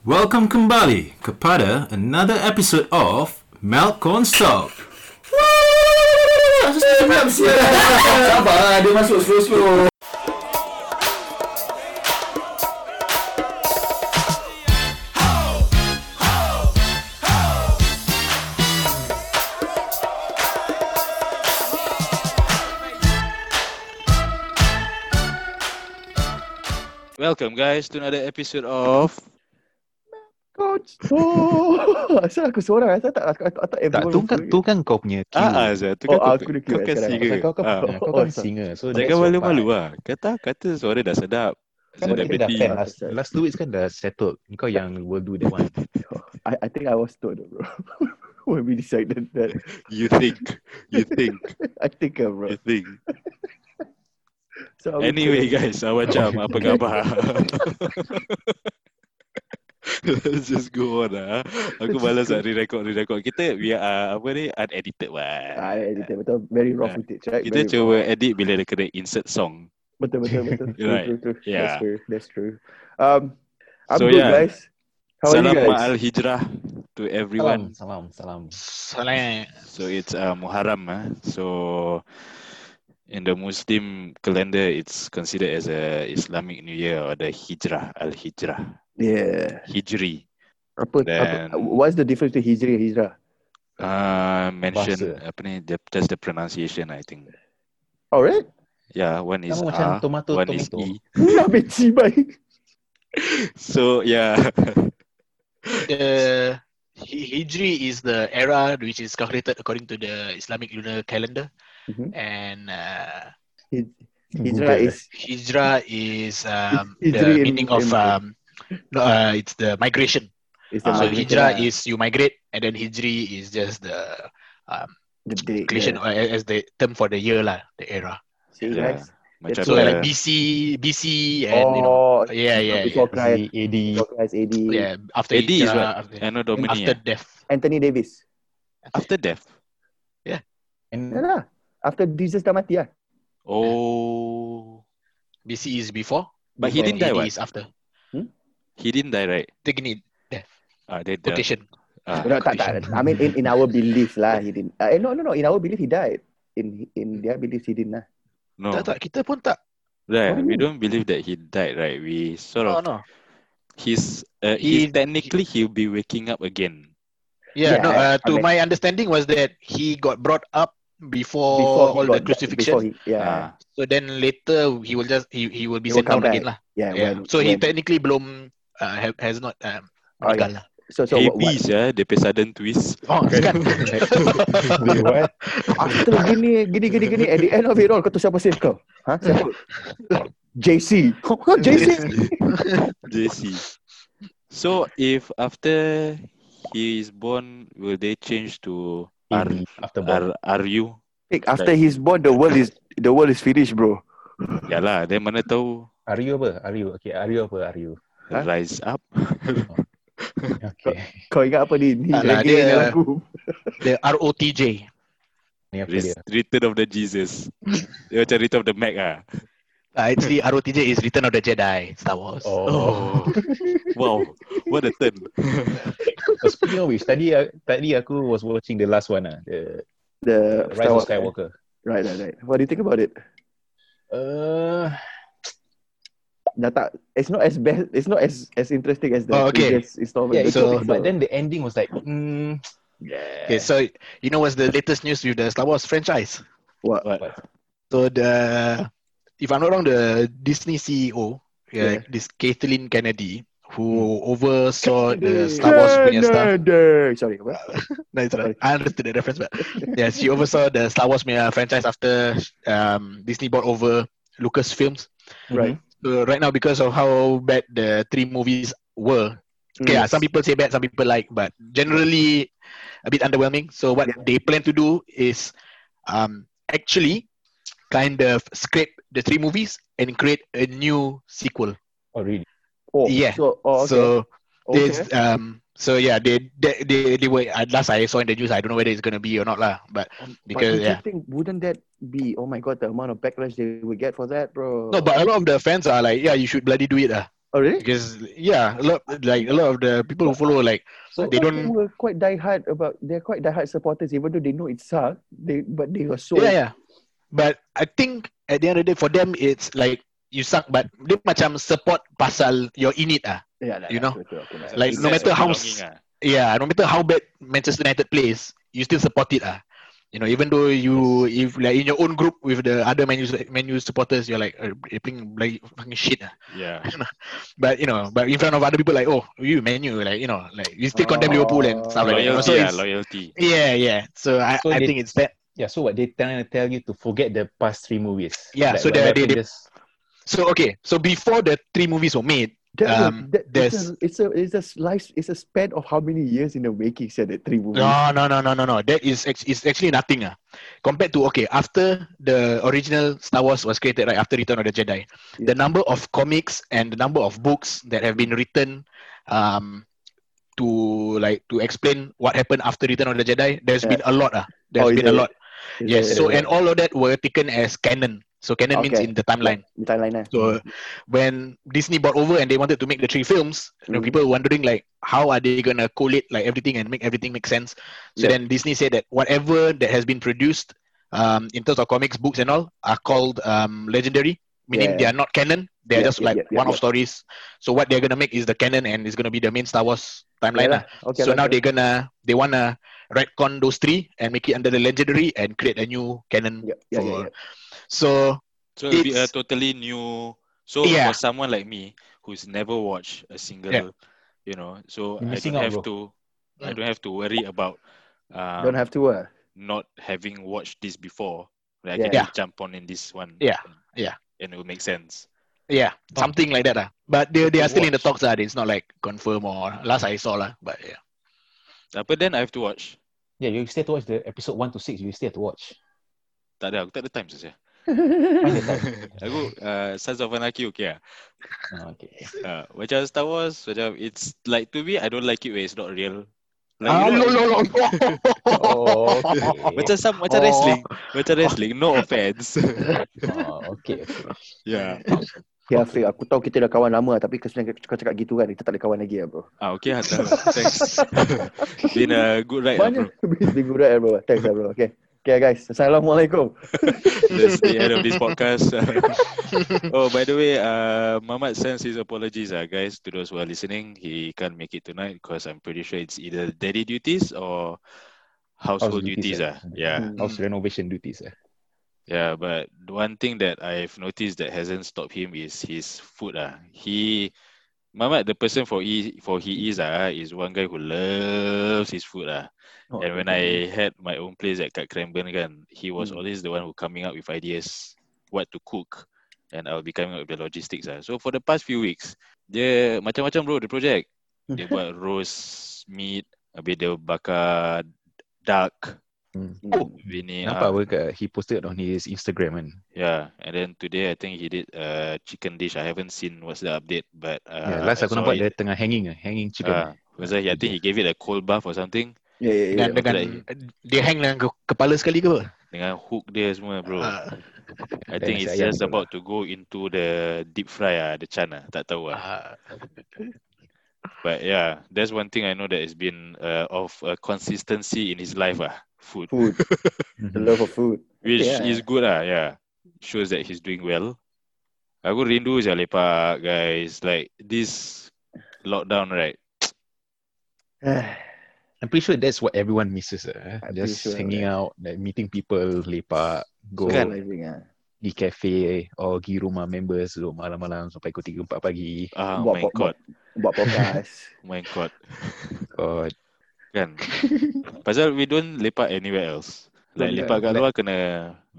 Welcome kembali kepada another episode of Melkon Talk. Eh, Sabarlah dia masuk slow-slow Welcome guys to another episode of Coach. Oh, asal aku seorang asal tak aku, aku, aku tak Tak, tu kan, tu kan kau punya cue. Ah, ah Zah, tu Oh, kan kau- aku kau dah kira kan sekarang. singer. Pasal kau, kau, Ah, kau, kau Oh, kan singer. So Jangan malu-malu lah. Kata kata suara dah sedap. So, Sedap dah dah hati. plan. lah. Last, last two weeks kan dah settled. Kau yang will do that one. I, I think I was told that, bro. When we decided that, You think, you think, I think I bro. you think. So, I would Anyway say- guys, awak jam apa khabar? Let's just go on lah. Aku Let's balas just go. nak re-record, re-record. Kita, we are, apa ni, unedited lah. I edited betul very raw Ah. footage right. Kita very raw. cuba edit bila dia kena insert song. betul betul betul. True, Right. true, true. That's Yeah. true. That's true. Um, I'm So, good yeah. guys. How Salam are you guys? Um, Ma'al Hijrah to everyone. Salam, salam, salam. Salam. So it's uh, Muharram. ah. So in the Muslim calendar, it's considered as a Islamic New Year or the Hijrah, Al Hijrah, Yeah. Hijri. Apa, Then- apa what's the difference between hijri and hijrah? Uh, mention Bahasa. apa ni? the- Just the pronunciation, I think. All right. Yeah, one is Sama macam R, tomato, one is E. tomato. Nak benci baik. So yeah, The Hi- Hijri is the era which is calculated according to the Islamic lunar calendar, Mhm. and uh, Hijrah Google. is Hijra is um, Hijri the in- meaning of in- um, no, uh, it's the migration. is so migration, Hijra ah, is you migrate, and then Hijri is just the um, the date, calculation yeah. or as the term for the year lah, the era. See Yeah. guys. macam So Yeah. like BC, BC, and you know, Oh, yeah, yeah, yeah, before Christ, Z, AD. before Christ AD. yeah. After AD is Hijra, what? after, Anno Domini. after After, death. Anthony Davis. after death. Ya And lah. After Jesus dah mati lah. Oh, BC E is before. but he Before. didn't die. AD What? is after. He didn't die, right? Taking it Ah, they, the, quotation. ah, No, tak, tak. I mean, in, in our belief lah, he didn't. Uh, no, no, no. In our belief, he died. In in their belief, he didn't lah. Oh. no. Tak tak kita pun tak. Right, What do you we mean? don't believe that he died, right? We sort Oh, Oh, No of no. he's uh, He- he's technically he'll be waking up again. Yeah, Yeah, no. Uh, I- I to mean- my understanding was that he got brought up before, he Oh, all the got- Before crucifixion. he, yeah, Ah, So then later he will just he he will be He will sent come back. down again lah. yeah. Yeah. when- so he when- technically belum uh, have, has not um, Oh, meninggal lah. so so what, what, habis ya, dia punya sudden twist. Oh, kan. Wait, what? after gini gini gini gini at the end of it all kau tu siapa save kau? Ha? Siapa? JC. Kau kau JC. JC. So if after he is born, will they change to R AD after R Bob. R U? After he's born, the world is the world is finished, bro. Yalah, Ya lah, dia mana tahu Are you apa? Are you? Okay, are you apa? Are you? Huh? rise up. Okay. Kau ingat apa ni? Ni Tak lah, lagi dia- lagu. the ROTJ. Ni apa dia? Res- Return of the Jesus. dia macam Return of the Mac ah. Uh, actually ROTJ is Return of the Jedi, Star Wars. Oh. Wow, what a turn. Speaking of which, tadi uh, tadi aku was watching the last one ah, the The Rise of Skywalker. Right, right, right. What do you think about it? Uh, Dah tak, it's not as best, it's not as as interesting as the Oh, okay. previous installment. yeah, so, So- but then the ending was like, mm, yeah. Okay, so you know what's the latest news with the Star Wars franchise? what? But, So the if I'm not wrong, the Disney CEO, yeah. Yeah. this Kathleen Kennedy, who oversaw the Star Wars punya stuff. Kennedy. Sorry, apa? No, it's alright. I understood the reference, but yeah, she oversaw the Star Wars punya franchise after um, Disney bought over Lucasfilms. Right. So right now, because of how bad the three movies were, okay, Mm. yeah, some people say bad, some people like, but generally a bit underwhelming. So what Yeah. they plan to do is um, actually kind of scrape the three movies and create a new sequel. Oh, really? Oh, yeah. So, oh, okay. So okay. there's um so yeah they they they, they were uh, last I saw in the news I don't know whether it's gonna be or not lah but but because, don't yeah. you think wouldn't that be? Oh my god, the amount of backlash they would get for that, bro. no but a lot of the fans are like yeah you should bloody do it ah Oh really? because yeah, a lot like a lot of the people who follow like So They don't- Were quite diehard about. They're quite diehard supporters, even though they know it sucks. They but they are so. yeah yeah. But I think at the end of the day for them it's like you suck but dia macam support pasal you're in it ah. yeah lah, You lah, know, betul, betul, aku nak- like, no Sense matter of how belonging s- ah. Yeah, no matter how bad Manchester United plays, you still support it ah. You know, even though you if like in your own group with the other menu menu supporters, you're like uh, they playing like fucking shit ah. Yeah. But you know, but in front of other people, like oh, you menu, like you know, like you still condemn Oh. Liverpool and stuff like that. you know, So Loyalty, yeah, it's- loyalty. yeah, yeah. So I, So I they- think it's that. Yeah, so what they trying to tell you to forget the past three movies. Yeah, so what they- happened they- just- So okay, so before the three movies were made, That, Um, was- that, there's- it's a it's a it's a life it's a span of how many years in the making? Said that three movies. no, no, no, no, no, no. That is act- it's actually nothing ah. Compared to okay, after the original Star Wars was created, right after Return of the Jedi, the number of comics and the number of books that have been written, um, to like to explain what happened after Return of the Jedi, there's Yeah. been a lot ah. There's Oh, is been a it? lot. It's Yes. a- So and all of that were taken as canon. So canon means Okay. in the timeline. the timeline lah. So when Disney bought over and they wanted to make the three films, you know, Mm. people were wondering like how are they gonna collate like everything and make everything make sense. So Yeah. then Disney said that whatever that has been produced um, in terms of comics, books, and all are called um, legendary, Yeah. meaning they are not canon. They are Yeah, just yeah, like yeah, yeah, one-off yeah. stories. So what they're gonna make is the canon, and it's gonna be the main Star Wars timeline. Yeah lah lah. Okay, so lah, now okay. they're gonna they wanna retcon those three and make it under the legendary and create a new canon. yeah, yeah, yeah, for- yeah. So So it'll be a It's- totally new. So Yeah. for someone like me who's never watched a single, Yeah. you know, so I You're missing don't out, have bro. to. I Mm. don't have to worry about um, ah. Don't have to. Uh, not having watched this before. Like, I Yeah. can Yeah. just jump on in this one. Yeah, and- yeah. And it will make sense. yeah, Oh. something like that. ah. But they they are to still in the talks. ah. It's not like confirm or last I saw lah. But yeah. Uh, But then I have to watch. Yeah, you still have to watch the episode one to six. You still have to watch. Tak ada, aku tak ada time saja. Find the time. Aku uh, Sons of Anarchy okay lah. Ah, okay. Uh, macam Star Wars, macam it's like to me, I don't like it when it's not real. Like, Ah, you know, no, no, no, no. Oh, okay. Macam some, macam Oh. wrestling. Macam wrestling, no offense. Oh, okay, okay. yeah. Ya, Fik, aku tahu kita dah kawan lama tapi kesian kau cakap gitu kan, kita tak ada kawan lagi lah bro. Ah, okay lah. tak lah. Thanks. Been a good ride lah, bro. Banyak minggu dah bro. Thanks lah bro. Okay. Okay guys, Assalamualaikum. That's the end of this podcast. oh, by the way, uh, Muhammad sends his apologies, uh, guys, to those who are listening. He can't make it tonight because I'm pretty sure it's either daddy duties or household duties. duties, eh? ah. Yeah, Hmm. House renovation duties. Eh. yeah. But the one thing that I've noticed that hasn't stopped him is his food. Uh. He, Muhammad, the person for he, for he is, uh, is one guy who loves his food. Uh. Oh, And when I had my own place at Kat Cranbourne kan, he was Hmm. always the one who coming up with ideas what to cook and I'll be coming up with the logistics ah. So for the past few weeks, dia macam-macam bro the project. Hmm. Dia buat roast meat, habis dia bakar duck, Hmm. habis ni Nampak ah. apa kat, he posted on his Instagram kan. Yeah, and then today I think he did uh, chicken dish. I haven't seen what's the update but uh, yeah, Ya, last I saw aku nampak it. dia tengah hanging, eh, hanging chicken. Ah, was that he, I think he gave it a cold bath or something Ya, ya, ya. Dan dengan dia hang dengan ke- kepala sekali ke apa? dengan hook dia semua bro. Ah, I Dan think nasi it's ayam just pula. about to go into the deep fry ah, the chan ah, tak tahu ah. ah. But yeah, that's one thing I know that has been uh, of uh, consistency in his life ah, food, Food, the love of food. which yeah. is good ah, yeah. Shows that he's doing well. Aku rindu je lepak guys, like this lockdown right. Eh, I'm pretty sure that's what everyone misses. Eh. I'm Just pretty sure, hanging out, like meeting people, lepak, go Kan? Living, ah. di cafe or pergi rumah members duduk malam-malam sampai pukul 3 4 pagi. Ah, Buat- my buat- god, Buat podcast. my god, God. kan. Pasal we don't lepak anywhere else. Like Yeah, lepak kat like- luar kena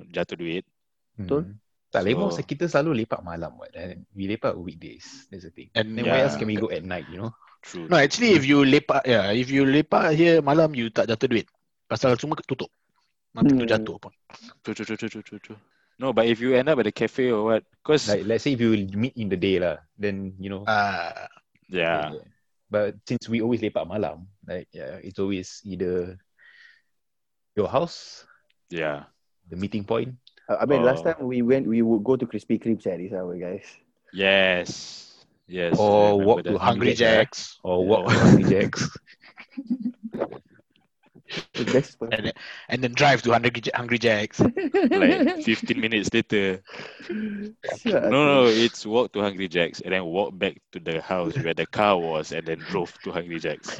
jatuh duit. Betul. Hmm. Tak lepak So- so, kita selalu lepak malam what. And we lepak weekdays. That's the thing. And Then Yeah. yeah. where else can we go at night, you know? True. No, actually if you lepak yeah, if you lepak here malam you tak jatuh duit. Pasal semua tutup. Nanti tu Hmm. jatuh pun. True, true, true, true, true, true, true. No, but if you end up at a cafe or what, because Like let's say if you meet in the day lah, then you know. Ah, yeah, But since we always lepak malam, like yeah, it's always either your house, yeah, the meeting point. I mean, last Oh. time we went, we would go to Krispy Kreme at this hour, guys. yes, Yes. I Or remember walk that. to Hungry Jacks. or walk Yeah. Hungry Jacks Best part. And, and then drive to Hungry, J- Hungry Jacks. Like 15 minutes later. Sial. No, no, it's walk to Hungry Jacks and then walk back to the house where the car was and then drove to Hungry Jacks.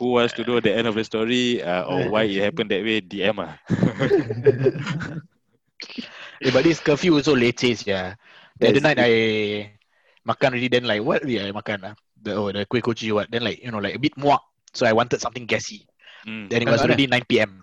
Who wants to know the end of the story uh, or why it happened that way? DM ah. Eh, but this curfew also latest yeah. The other night I makan already then like what did I makan ah? The oh the kuih kochi what then like you know like a bit muak. So I wanted something gassy. Mm. Then it was already 9 p.m.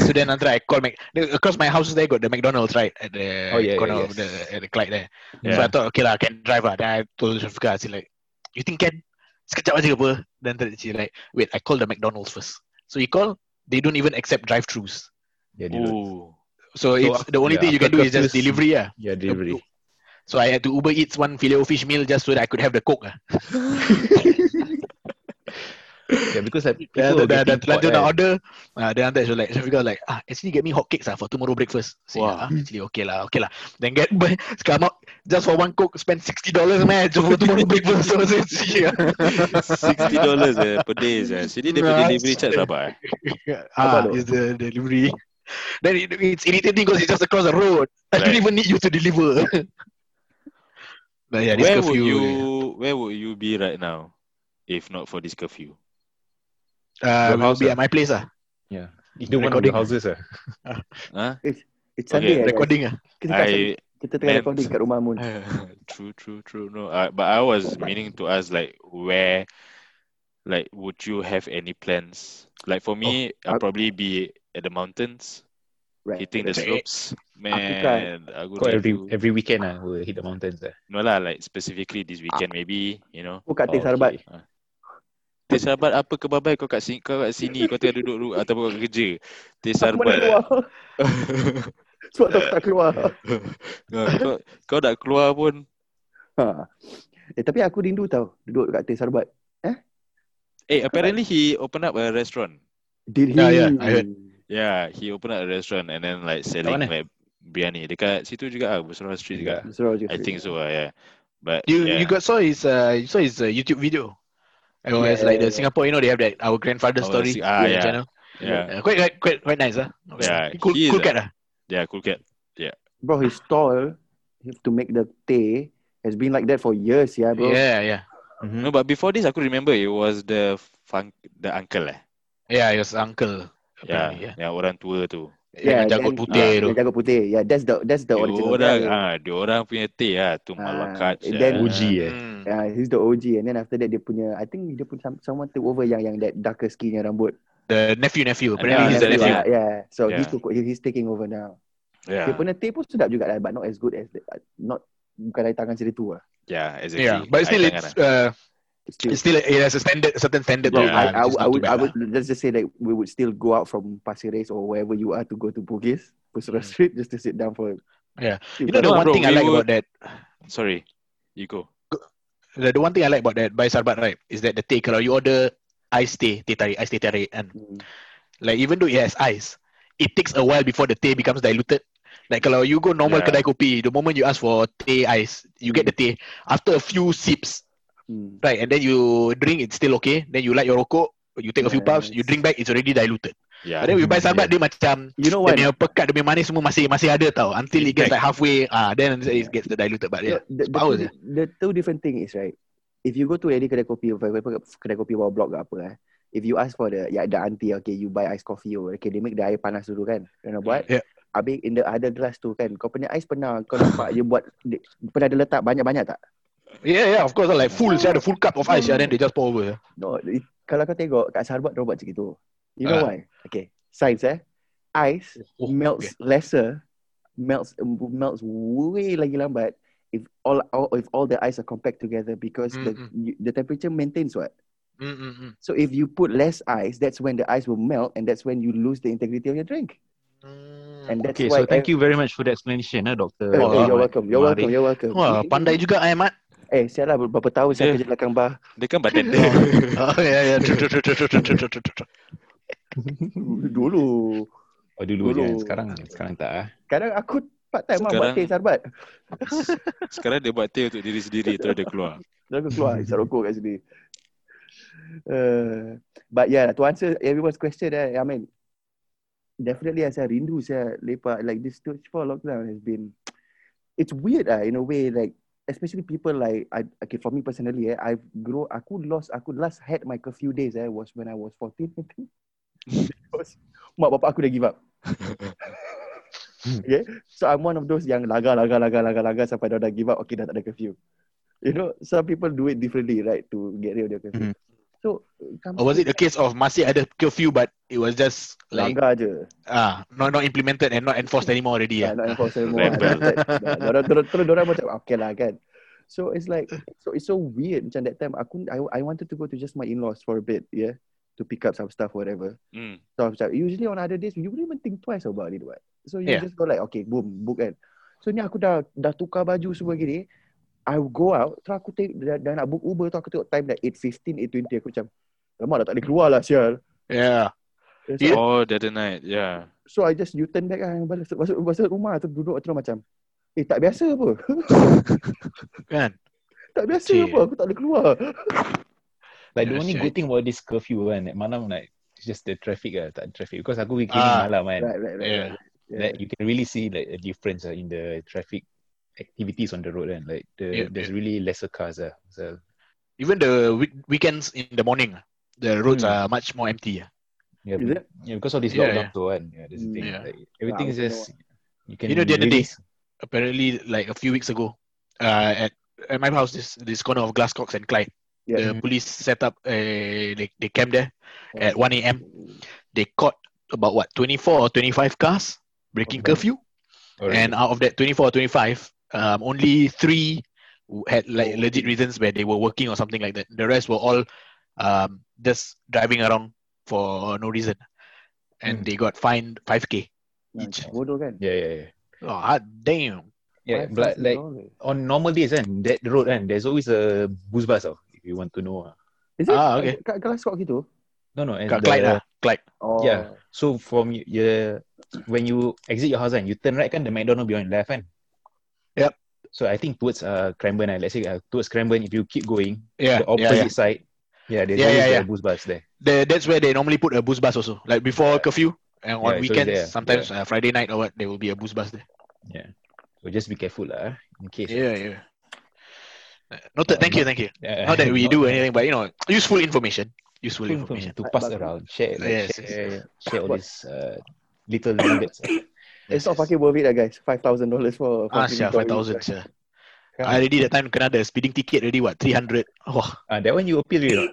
So then after I called Mac the- across my house there got the McDonald's right at the Oh, yeah, yeah, corner of yes. the at the Clyde there. So Yeah. I thought okay lah can drive lah. Then I told Shafiqah I said like you think can? Sekejap aja apa? Then after that she like wait I call the McDonald's first. So he call they don't even accept drive-throughs. Yeah, delivery. Ooh. So, it's after- the yeah, only thing you can after do is just curfews- delivery ah. Yeah, delivery. So I had to Uber Eats one filet fish meal just so that I could have the coke. ah. Yeah, because like people Then were after that, getting that caught, lanjut nak kan. order. Uh, then after that, she was like, Shafiqah was like, ah, actually get me hotcakes ah for tomorrow breakfast. So, Wow. wow. ah, actually okay lah, okay lah. Then get, come out just for one coke, spend sixty dollars man just for tomorrow breakfast. So, so, so, yeah. Sixty dollars eh, per day eh. Sini dia punya Right. delivery charge berapa? Eh? ah, Abang tu. is the delivery. Then it, it's irritating because it's just across the road. I don't Right. even need you to deliver. but yeah, this Where would curfew, you Where would you be right now if not for this curfew? uh, Your will house, ah? be at my place ah. Either one of Recording. the houses ah. Huh? It's Okay, Sunday eh, guys. Recording ah. Kita, kat, I kita tengah man. recording kat rumah Moon. true, true, true. No, uh, but I was meaning to ask, like, where, like, would you have any plans? Like for me, I'll I- probably be at the mountains, Right. hitting the Right. slopes. kan- Man, I would Kau like every to- every weekend ah will hit the mountains ah. no lah, like specifically this weekend, maybe you know. Kau kat Teh Oh, Sarbat. okay. Teh Sarbat apa kebabai kau kat sini kau kat sini kau tengah duduk dulu ataupun kau kerja. Teh Aku mana keluar. Sarbat. Sebab tu aku tak keluar. Ah, kau, kau nak keluar pun Ha. Eh, tapi aku rindu tau duduk kat Teh Sarbat. Eh apparently he open up a restaurant Did he? Yeah, yeah, I heard. Yeah, he opened up a restaurant and then like selling mana? like biryani. Dekat situ juga ah, Bussorah Street juga. Surau je. I think so ah, yeah. But You yeah. you got saw his uh you saw his uh, YouTube video. It was Yeah, like yeah, the yeah. Singapore, you know, they have that our grandfather Our story Si- ah, yeah, yeah. channel. yeah. Uh, quite, quite quite quite nice, huh? Okay. Yeah, Cool, he is cool a- cat, ah. Yeah, cool cat. Bro, his stall have to make the teh has been like that for years, yeah, bro. Yeah, yeah, Mhm. No, but before this aku remember it was the fun the uncle eh. yeah. It was uncle. Yeah, apparently, yeah. Yang orang tua tu. yeah. then- Jago putih ah, tu. yang jagut putih. Yeah, that's the that's the Dia original. orang guy. ah, dia orang punya teh ah tu Ah, malakat. and sia. then- OG eh. Mm. Yeah, Ah, he's the OG and then after that dia punya I think dia punya some- someone took over yang yang that darker skinnya rambut. The nephew, nephew. Apparently, Yeah, he's the nephew, nephew. yeah, yeah. So Yeah. he's took, he's taking over now. Yeah. Dia punya teh pun sedap juga lah but not as good as the, not bukan dari tangan seri tu lah. Yeah, exactly. Yeah, but still, Air tangan it's uh, It's still- it's still it has a standard, certain standard. Bro, to it, I, I, ah, which would- is I not would, too I bad, would, let's just say that we would still go out from Pasir Res or wherever you are to go to Bugis, Pusara Mm. Street, just to sit down for. Yeah. you ah. You know the No, one bro, thing I we like would- about that. ah. Sorry. You go. The, the one thing I like about that by Sarbat right is that the teh kalau you order ice teh, teh tarik, ice teh tarik, and mm, Like even though it has ice, it takes a while before the teh becomes diluted. Like kalau you go normal Yeah. kedai kopi, the moment you ask for teh ice, you get the teh. After a few sips, mm. right, and then you drink, it's still okay. Then you light your rokok, you take a few puffs, you Yes. drink back, it's already diluted. Yeah. But then we buy Hmm, sarbat, dia macam You know dia what? punya pekat, dia punya manis semua masih masih ada tau. Until it gets Intact. like halfway, ah, then it gets the diluted. But yeah, the, the, power two, the two different thing is right. If you go to any kedai kopi, for example, kedai kopi bawah blok ke apa eh. If you ask for the yeah, the auntie, okay, you buy ice coffee, oh, okay, they make the air panas dulu kan. You know buat? Yeah. Habis in the other glass tu kan, kau punya ais pernah kau nampak dia buat, dia, pernah dia letak banyak-banyak tak? yeah, yeah, of course, lah, like full, yeah, the full cup of ice, yeah, then they just pour over. No, it- kalau kau tengok kat Sarawak dia buat macam gitu. You know Ah. why? Okay, science eh. Ice Oh, melts lesser, melts melts way lagi lambat if all, all if all the ice are compact together because the Mm-mm. you, the temperature maintains what. Okay. Mm, mm, mm. So if you put less ice, that's when the ice will melt and that's when you lose the integrity of your drink. And that's Okay, why so thank you very much for the explanation ah, Dr. Oh, Wah, you're welcome. You're welcome. Mari. You're welcome. Wah, pandai juga eh, Mat. Eh, saya lah berapa tahun saya Yeah. kerja belakang bar. Dia kan badan dia. Oh, yeah, yeah, true, true, true, true, true, true, true, true, true. Dulu. Oh dulu je. Dulu. Sekarang sekarang tak ah. Kadang aku Part time lah Sekarang- buat teh sarbat Sekarang dia buat tail untuk diri sendiri Terus dia keluar Terus aku keluar Sarokok kat sini uh, But yeah To answer everyone's question eh, I mean Definitely saya rindu saya lepak Like this stage for lockdown has been It's weird ah in a way like Especially people like I, Okay for me personally eh, I've grow Aku lost Aku last had my curfew days eh, Was when I was 14 I think Because Mak bapak aku dah give up Okay So I'm one of those yang Laga laga laga laga laga Sampai dah dah give up Okay dah tak ada curfew You know, some people do it differently, right? To get rid of their curfew. So, come Or was it a case of masih ada curfew but it was just like langgar je? ah not not implemented and not enforced anymore already Yeah. yeah. Nak enforce semua. Rebel. Dorang terus terus dorang macam okay lah kan. So it's like so it's so weird macam that time aku I I wanted to go to just my in-laws for a bit, yeah, to pick up some stuff whatever. hmm. So I'm like, usually on other days you wouldn't even think twice about it, what? So you Yeah. just go like okay, boom, book kan. So ni aku dah dah tukar baju semua gini. I will go out, terus aku take, dah, dah nak book Uber tu aku tengok time like 8.15, 8.20 aku macam Lama dah tak boleh keluar lah sial Yeah. So, Yeah. Oh the other night Yeah So I just U-turn back lah balik, masuk, masuk rumah tu duduk terus macam Eh tak biasa apa Kan? Tak biasa Cik. apa Aku tak boleh keluar Like the only Shit. good thing about this curfew kan At malam like It's just the traffic lah Tak ada traffic Because aku weekend ah, Ah, malam kan Right right right, Yeah. right. Like you can really see like a difference ah, in the traffic activities on the road kan Like the, Yeah, there's really lesser cars lah So Even the week- weekends in the morning, ah, the roads Hmm. are much more empty. yeah, Is it? yeah, because of this Yeah, lockdown tu kan yeah, That's the thing Yeah. like, Everything is okay, just You can You know, the other really day- Apparently, like a few weeks ago, uh, at at my house, this this corner of Glasscock and Clyde, Yeah. the police set up a they they camped there um, at 1 a.m. They caught about what 24 or 25 cars breaking Okay. curfew, Alright. and out of that 24 or 25, um, only three w- had Oh, like legit reasons where they were working or something like that. The rest were all um, just driving around for no reason, and Hmm. they got fined 5k each. Nah, Bodoh kan Yeah yeah yeah Oh, hot damn! Five Yeah, but thousand like dollars. on normal days kan that road kan there's always a bus bus tau if you want to know ah. Is it Ah, okay. Kat Glasgow gitu no no and Kat the- Clyde lah, Clyde. Oh Yeah. so from y- your when you exit your house kan you turn right kan the McDonald be on left kan Yup. so I think towards uh, Cranbourne ah, let's say uh, towards Cranbourne if you keep going the Yeah, yeah, yeah. opposite side yeah there's Yeah, always a yeah, bus bus there The, that's where they normally put a bus bus also, like before curfew. Yeah, And on it's always weekends, there. sometimes uh, Friday night or what, there will be a bus bus there. so just be careful lah ah, in case Yeah, yeah. Uh, Noted. Thank you, thank you. yeah. Not that we do eh. anything, but you know, useful information. Useful Full information information. to Like, pass but- around share like, Yes, yes, share, share all But- these uh, little nuggets ah. It's Yes, not yes. fucking worth it lah guys $5,000 for for Ah, people yeah, to- five thousand. Yeah. Yeah. I Ah, already that time kena the speeding ticket already what three hundred. Oh, ah that one you appeal you know?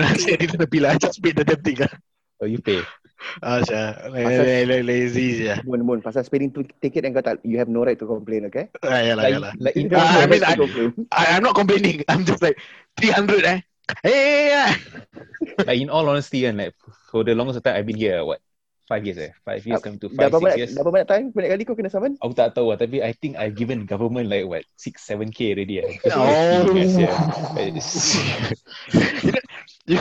I didn't appeal. I just paid the damn thing. ah. or you pay Ah, yeah, like, Asal- like, like, lazy. Yeah, Bun bun Pasal spending tu- ticket yang kau tak You have no right to complain okay ah, yeah, lah, yeah, lah. like, You have no right like, Ah, I mean, to I- complain. I, I'm not complaining. I'm just like 300 eh. Hey, yeah. like in all honesty and like for the longest time I've been here what five years eh five years coming to Dah berapa five six banyak years Dah berapa banyak time Banyak kali kau kena summon aku tak tahu lah tapi I think I've given government like what six seven k already eh Oh. yeah. you, know, you,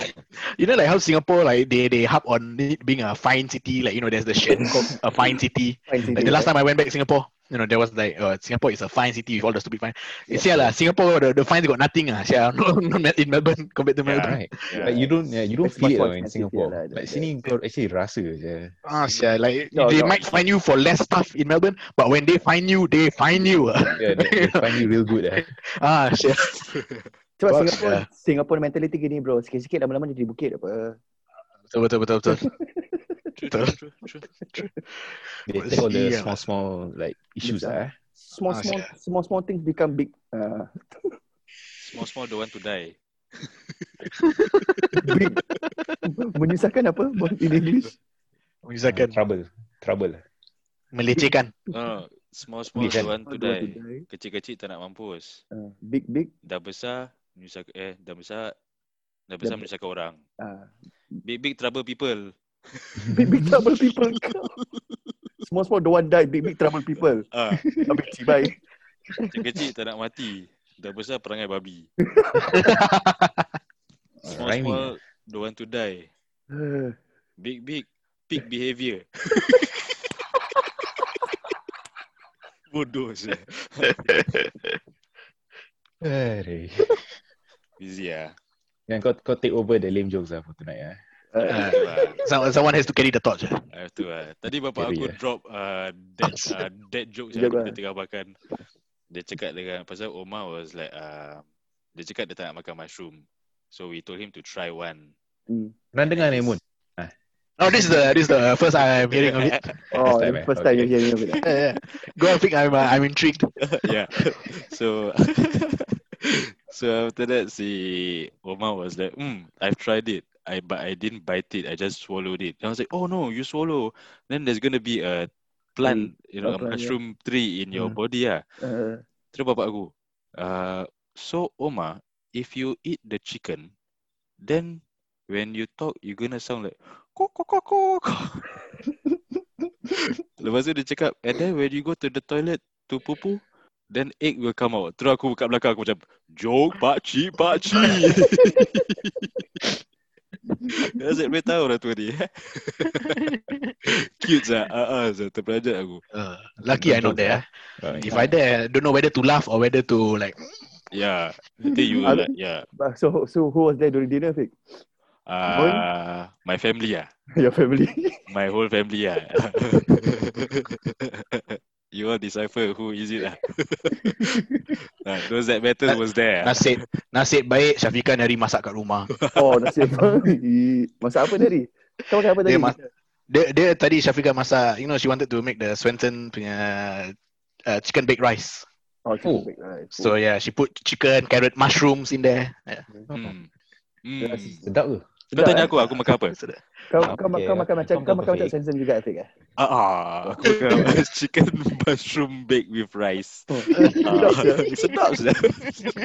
you know, like how Singapore, like they they harp on it being a fine city. Like you know, there's the shit called a fine city. Like the last time I went back to Singapore, you know, there was like uh, Singapore is a fine city with all the stupid fine. It's yeah, lah. Singapore the, the fines got nothing ah. Yeah, no, no, in Melbourne compared to Melbourne. right like you don't yeah, you don't It's much feel it more tau in expensive Singapore here lah, like yeah. sini kau actually rasa je Ah, yeah, like No, they no. might fine you for less stuff in Melbourne, but when they fine you, they fine you. ah. yeah they, they find you real good eh ah, yeah. Sebab Fuck, Singapore yeah. Singapore mentality gini bro Sikit-sikit lama-lama jadi bukit apa Betul betul betul betul. Betul. they take all the Yeah. small small like issues Betul. lah eh Small Ah, small Small small things become big uh, Small small don't want to die Big Menyusahkan apa In English Misalkan trouble trouble melecehkan. uh, Small small Boleh, kan? don't want to Don't want to die die. Kecil-kecil tak nak mampus Uh, Big big Dah besar menyusahkan, Eh dah besar Dah besar Dah- menyusahkan orang uh, Big big trouble people Big big trouble people Small small don't want die Big big trouble people Ah, Habis cibai Kecil-kecil tak nak mati Dah besar perangai babi Small Rhyming. small don't want to die Big big Pig behavior Bodoh je. Aduh. Busy lah. Yang kau, kau take over the lame jokes lah for tonight lah. Ah, uh, Ah, tu lah. some- someone has to carry the torch. ah. Ah, tu lah. Tadi bapak Scary, aku eh. drop uh, dead, uh, dead joke yang aku Joke lah. tengah makan. Dia cakap dengan, pasal Omar was like, uh, dia cakap dia tak nak makan mushroom. So we told him to try one. Pernah dengar ni Moon? No, Oh, this is the this is the first I'm hearing of it. Oh, First time, eh? first time you Okay. hear me of it. Yeah, yeah. Go and think I'm uh, I'm intrigued. yeah. So so after that, si Omar was like, "Hmm, I've tried it. I but I didn't bite it. I just swallowed it." And I was like, "Oh no, you swallow. Then there's gonna be a plant, you know, a Mm, a plant, yeah. mushroom tree in your Mm. body, ah." Uh, Terus bapak aku, uh, so Omar, if you eat the chicken, then when you talk, you gonna sound like kok kok kok kok. Lepas tu dia cakap, and then when you go to the toilet to poo poo, then egg will come out. Terus aku buka belakang aku macam, joke pakcik pakcik. Nasib boleh tahu lah tu ni. Cute sah. Ah, ah, sah. Terperanjat aku. Uh, lucky I not there. ah. Kau If I there, don't know whether to laugh or whether to like. Yeah. Ya, Nanti you Ada- like, ya. yeah. but so, so who was there during dinner, Fik? Uh, my family ah. Your family? My whole family ah. you all decipher who is it ah. Ah, those that matters was there. ah. Nasib Nasib baik Syafiqan hari masak kat rumah oh, nasib baik. Masak apa tadi? Kau makan apa tadi? Dia mas- Dia dia tadi Syafiqan masak You know she wanted to make the Swenton punya uh, Chicken baked rice oh, Oh. chicken oh. So yeah She put chicken, carrot, mushrooms in there yeah. Hmm. Yeah, Hmm. Sedap ke? Kau tanya aku aku makan apa? Kau, Ah, kau, okay, kau makan okay. macam Kau kau makan makan macam fake. Samson juga, Fik. Eh? Ah, ah, aku makan chicken mushroom baked with rice. Oh. Sedap Ah, sia. sedap sedap.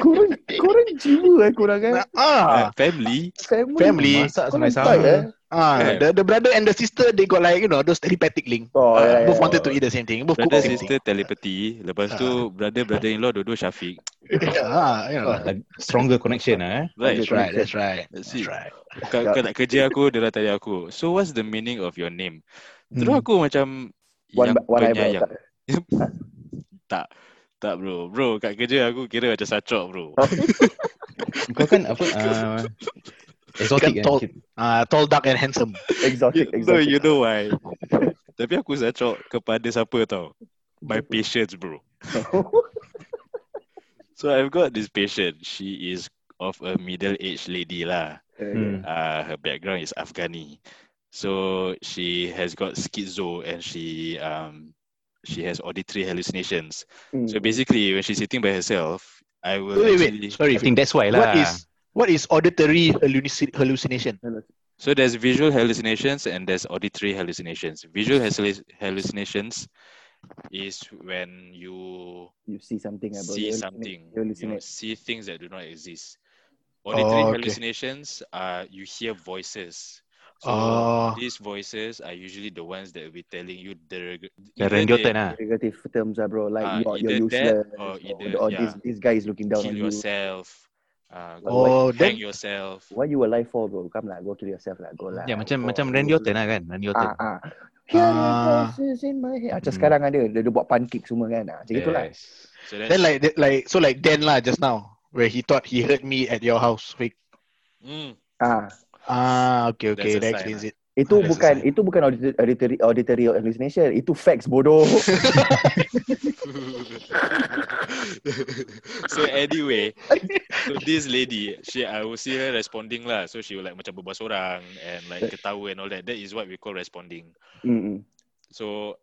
Korang, korang jiwa eh korang eh. Ah, Ah, family. Family. family. Masak Kau sampai nampak, sama. eh? ah, Yeah. the, the brother and the sister They got like You know Those telepathic link Oh, yeah, Ah, yeah, yeah. Both wanted to eat the same thing Both cook the Brother same thing sister telepathy. Lepas tu brother brother in law dua-dua Syafiq. ah, you know. Ah, lag- stronger connection lah eh. Right. That's right That's right That's That's it. right Kau, kau nak kerja aku Dia dah tanya aku So what's the meaning of your name Mm. Terus Hmm. aku macam One, one eyebrow. penyayang. Tak Tak bro Bro kat kerja aku Kira macam sacok bro Kau kan apa? Uh, exotic Kan kan? tall. Ah, Tall, dark and handsome Exotic, So exotic. you know why Tapi aku sacok Kepada siapa tau My patience bro So I've got this patient She is Of a middle aged lady lah Hmm. uh, her background is Afghani. So she has got schizo and she um she has auditory hallucinations. Hmm. So basically, when she's sitting by herself, I will Hmm. Wait wait, actually- wait. Sorry I think that's why lah. What is What is auditory halluci- hallucination So there's visual hallucinations and there's auditory hallucinations. Visual hallu- hallucinations is when you you see something about see something, You you know, hallucinate. see things that do not exist. Auditory Oh, okay. hallucinations are you hear voices. So Oh. these voices are usually the ones that will be telling you the The Rengoten ah? lah. Negative terms are bro like Ah, you're, you're either that useless or either- or yeah. this, this guy is looking down kill on you. yourself. Uh, go Oh hang then yourself. What you alive for bro? Come lah, go kill yourself lah, go lah. Ya macam Go. macam Randy Orton lah kan? Randy Orton. Ah, ah. Hear your Ah. voices in my head. Macam Hmm. sekarang ada, dia, dia buat pancake semua kan. Ah, Macam yes. itulah. Yes. So that's, Then like that- like so like Dan lah just now where he thought he heard me at your house. Wait. Mm, Ah, Ah okay That's a okay that sign explains it. itu That's bukan the itu bukan auditory, auditory, auditory hallucination. Itu facts bodoh. so anyway, so this lady, she I will see her responding lah. So she will like macam berbual seorang and like ketawa and all that. That is what we call responding. Mm-mm. So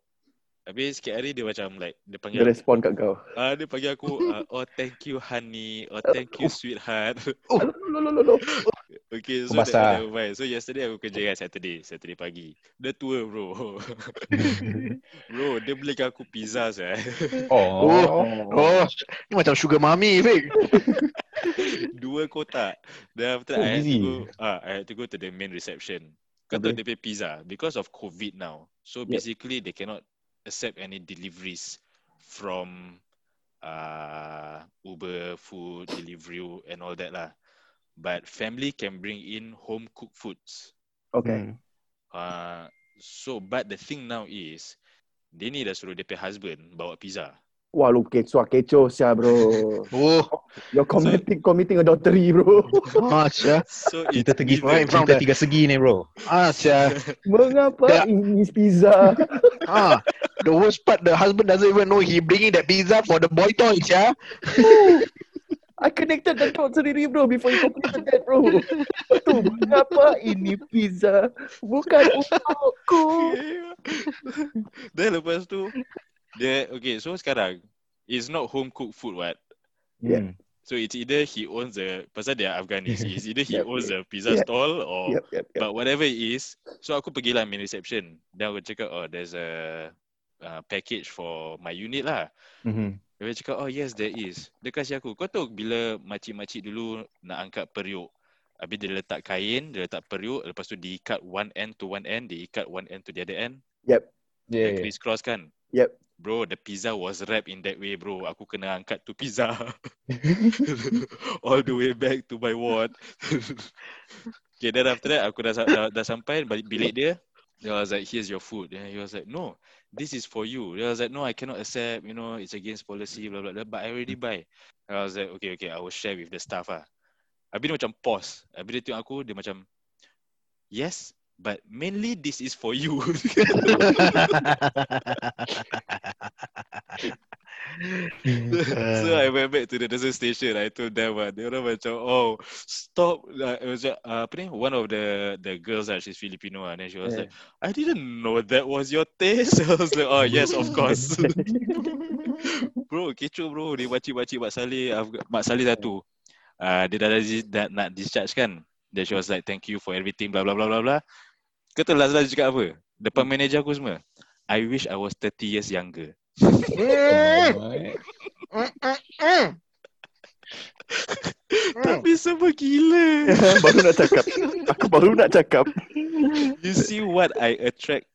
habis sikit hari dia macam like dia panggil Dia respon kat kau. ah dia panggil aku ah, oh thank you honey, oh thank you sweetheart. Lo, lo, lo, lo. okay, so Kau that, basah. never mind. So yesterday aku kerja kan Saturday, Saturday pagi. Dia tua bro. bro, dia belikan aku pizza saya. Oh. Oh ni macam sugar mummy Fik. Dua kotak. Then after that, Oh, I had to busy. go. Ah, I had to go to the main reception. Kata Habis? dia pay pizza because of COVID now. So basically they cannot accept any deliveries from uh, Uber food delivery and all that lah. But family can bring in home cooked foods. Ah, Okay. lah Uh, so but the thing now is they need to suruh dia pay husband bawa pizza. Wah, lu kecoh, kecoh sia, bro. Oh, You're committing, committing adultery, bro. ah, sia. So it, Cerita tiga, it- Right in front cerita of- tiga segi ni bro. Ah, sia. Mengapa Yeah. ini pizza? Ah, the worst part, the husband doesn't even know he bringing that pizza for the boy toy, sia. I connected the dots sendiri, bro, before you completed that, bro. Tu, mengapa ini pizza? Bukan untukku. Then lepas tu dia okay so sekarang it's not home cooked food what. Hmm. Yeah. So it's either he owns the pasal dia Afghanis, it's either he Yep. owns the pizza Yep. stall or Yep, yep, yep. but whatever it is. So aku pergilah main reception. Then aku cakap oh there's a uh, package for my unit lah. Mm-hmm. Dia cakap, oh yes there is. Dia kasih aku, kau tahu bila makcik-makcik dulu nak angkat periuk. Habis dia letak kain, dia letak periuk. Lepas tu diikat one end to one end, diikat one end to the other end. Yeah, Yeah. yeah. Criss cross kan? Yep. Bro, the pizza was wrapped in that way bro. Aku kena angkat tu pizza. All the way back to my ward. okay, then after that aku dah, sa- dah, dah sampai balik bilik dia. Then I was like, here's your food. Then he was like, no, this is for you. Then I was like, no, I cannot accept. You know, it's against policy, blah, blah, blah. But I already buy. Then I was like, okay, okay, I will share with the staff ah. Habis dia macam pause. Habis dia tengok aku, dia macam, yes, but mainly this is for you. so I went back to the desert station. I told them, uh, they were macam, oh, stop. Like, it was like, uh, apa ni? One of the the girls, uh, she's Filipino, uh, and then she was Yeah. like, I didn't know that was your taste. I was like, oh yes, of course. bro, kecoh bro. Dia makcik-makcik Mak Saleh, Afga- Mak Saleh satu. Uh, dia dah, dah, dah nak discharge kan. Then she was like, thank you for everything, blah, blah, blah, blah, blah. Kau tahu last last cakap apa? Depan manager aku semua. I wish I was 30 years younger. Tapi semua gila. baru nak cakap. Aku baru nak cakap. You see what I attract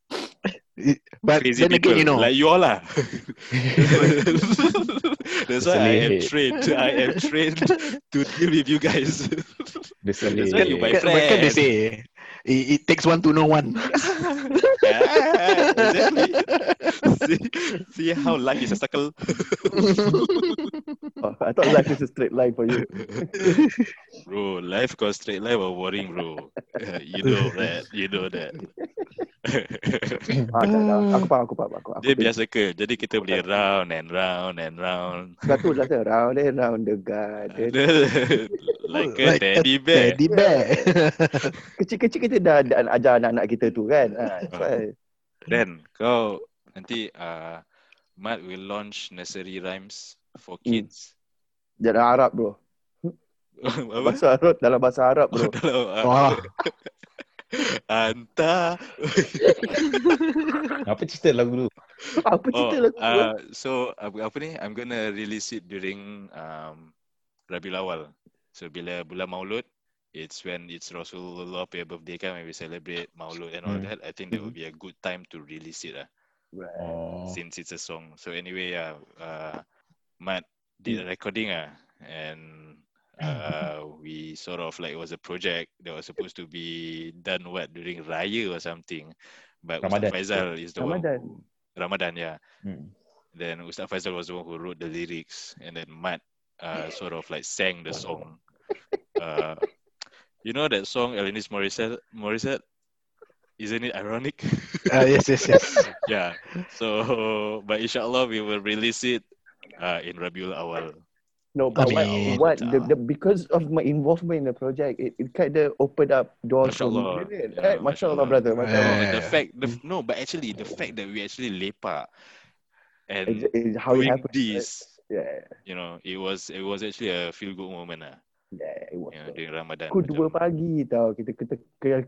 But crazy then people again, you know, like you all lah. That's why I am Seleh. trained. I am trained to deal with you guys. Dia seleh. That's why you buy- Kan- kan friend. they say, it, it takes one to know one. Yeah, exactly. see, see how life is a circle. Oh, I thought life is a straight line for you. Bro, life got straight life or boring, bro. you know that. You know that. Ah, dah, dah. Aku faham, aku faham. Aku, aku Dia biasa ke. Jadi kita boleh round and round and round. Satu rasa round and round the garden. like a Like a teddy bear. Teddy bear. Kecil-kecil kita dah, dah ajar anak-anak kita tu kan. Ha. Ah, that's why. Hmm. Then kau nanti uh, Mat will launch nursery rhymes for Hmm. kids. Dalam Arab bro. Apa? Bahasa Arab dalam bahasa Arab bro. Oh, dalam, uh, Wah, Anta Apa cerita lagu tu? Apa oh, cerita lagu bro? uh, So apa, apa ni I'm gonna release it during um, Rabiul Awal So bila bulan Maulud It's when it's Rasulullah punya birthday kan When we celebrate Maulud and all Hmm. that I think that would be a good time to release it lah Oh. since it's a song. So anyway, yeah, uh, Matt did a recording, uh, and uh, we sort of like it was a project that was supposed to be done what during Raya or something, but Ustaz Ramadan. Faizal is the Ramadan. one. Who, Ramadan, yeah. Hmm. Then Ustaz Faizal was the one who wrote the lyrics, and then Matt uh, sort of like sang the song. Uh, you know that song, Alanis Morissette? Morissette? Isn't it ironic? Ah, yes, yes, yes. yeah. So, but inshallah we will release it uh, in Rabiul Awal. No, but what, Amin. what the, the, because of my involvement in the project, it, it kind of opened up doors for me. Mashallah. didn't it? Yeah, Right? Mashallah, mashallah. brother. Mashallah. But the Yeah. fact, the, f- no, but actually the fact that we actually lepak It's, and it's how it doing happened. this, Yeah, you know, it was it was actually a feel good moment lah, yeah, it was. you know, during Ramadan. Aku dua Macam- pagi tau kita kita kita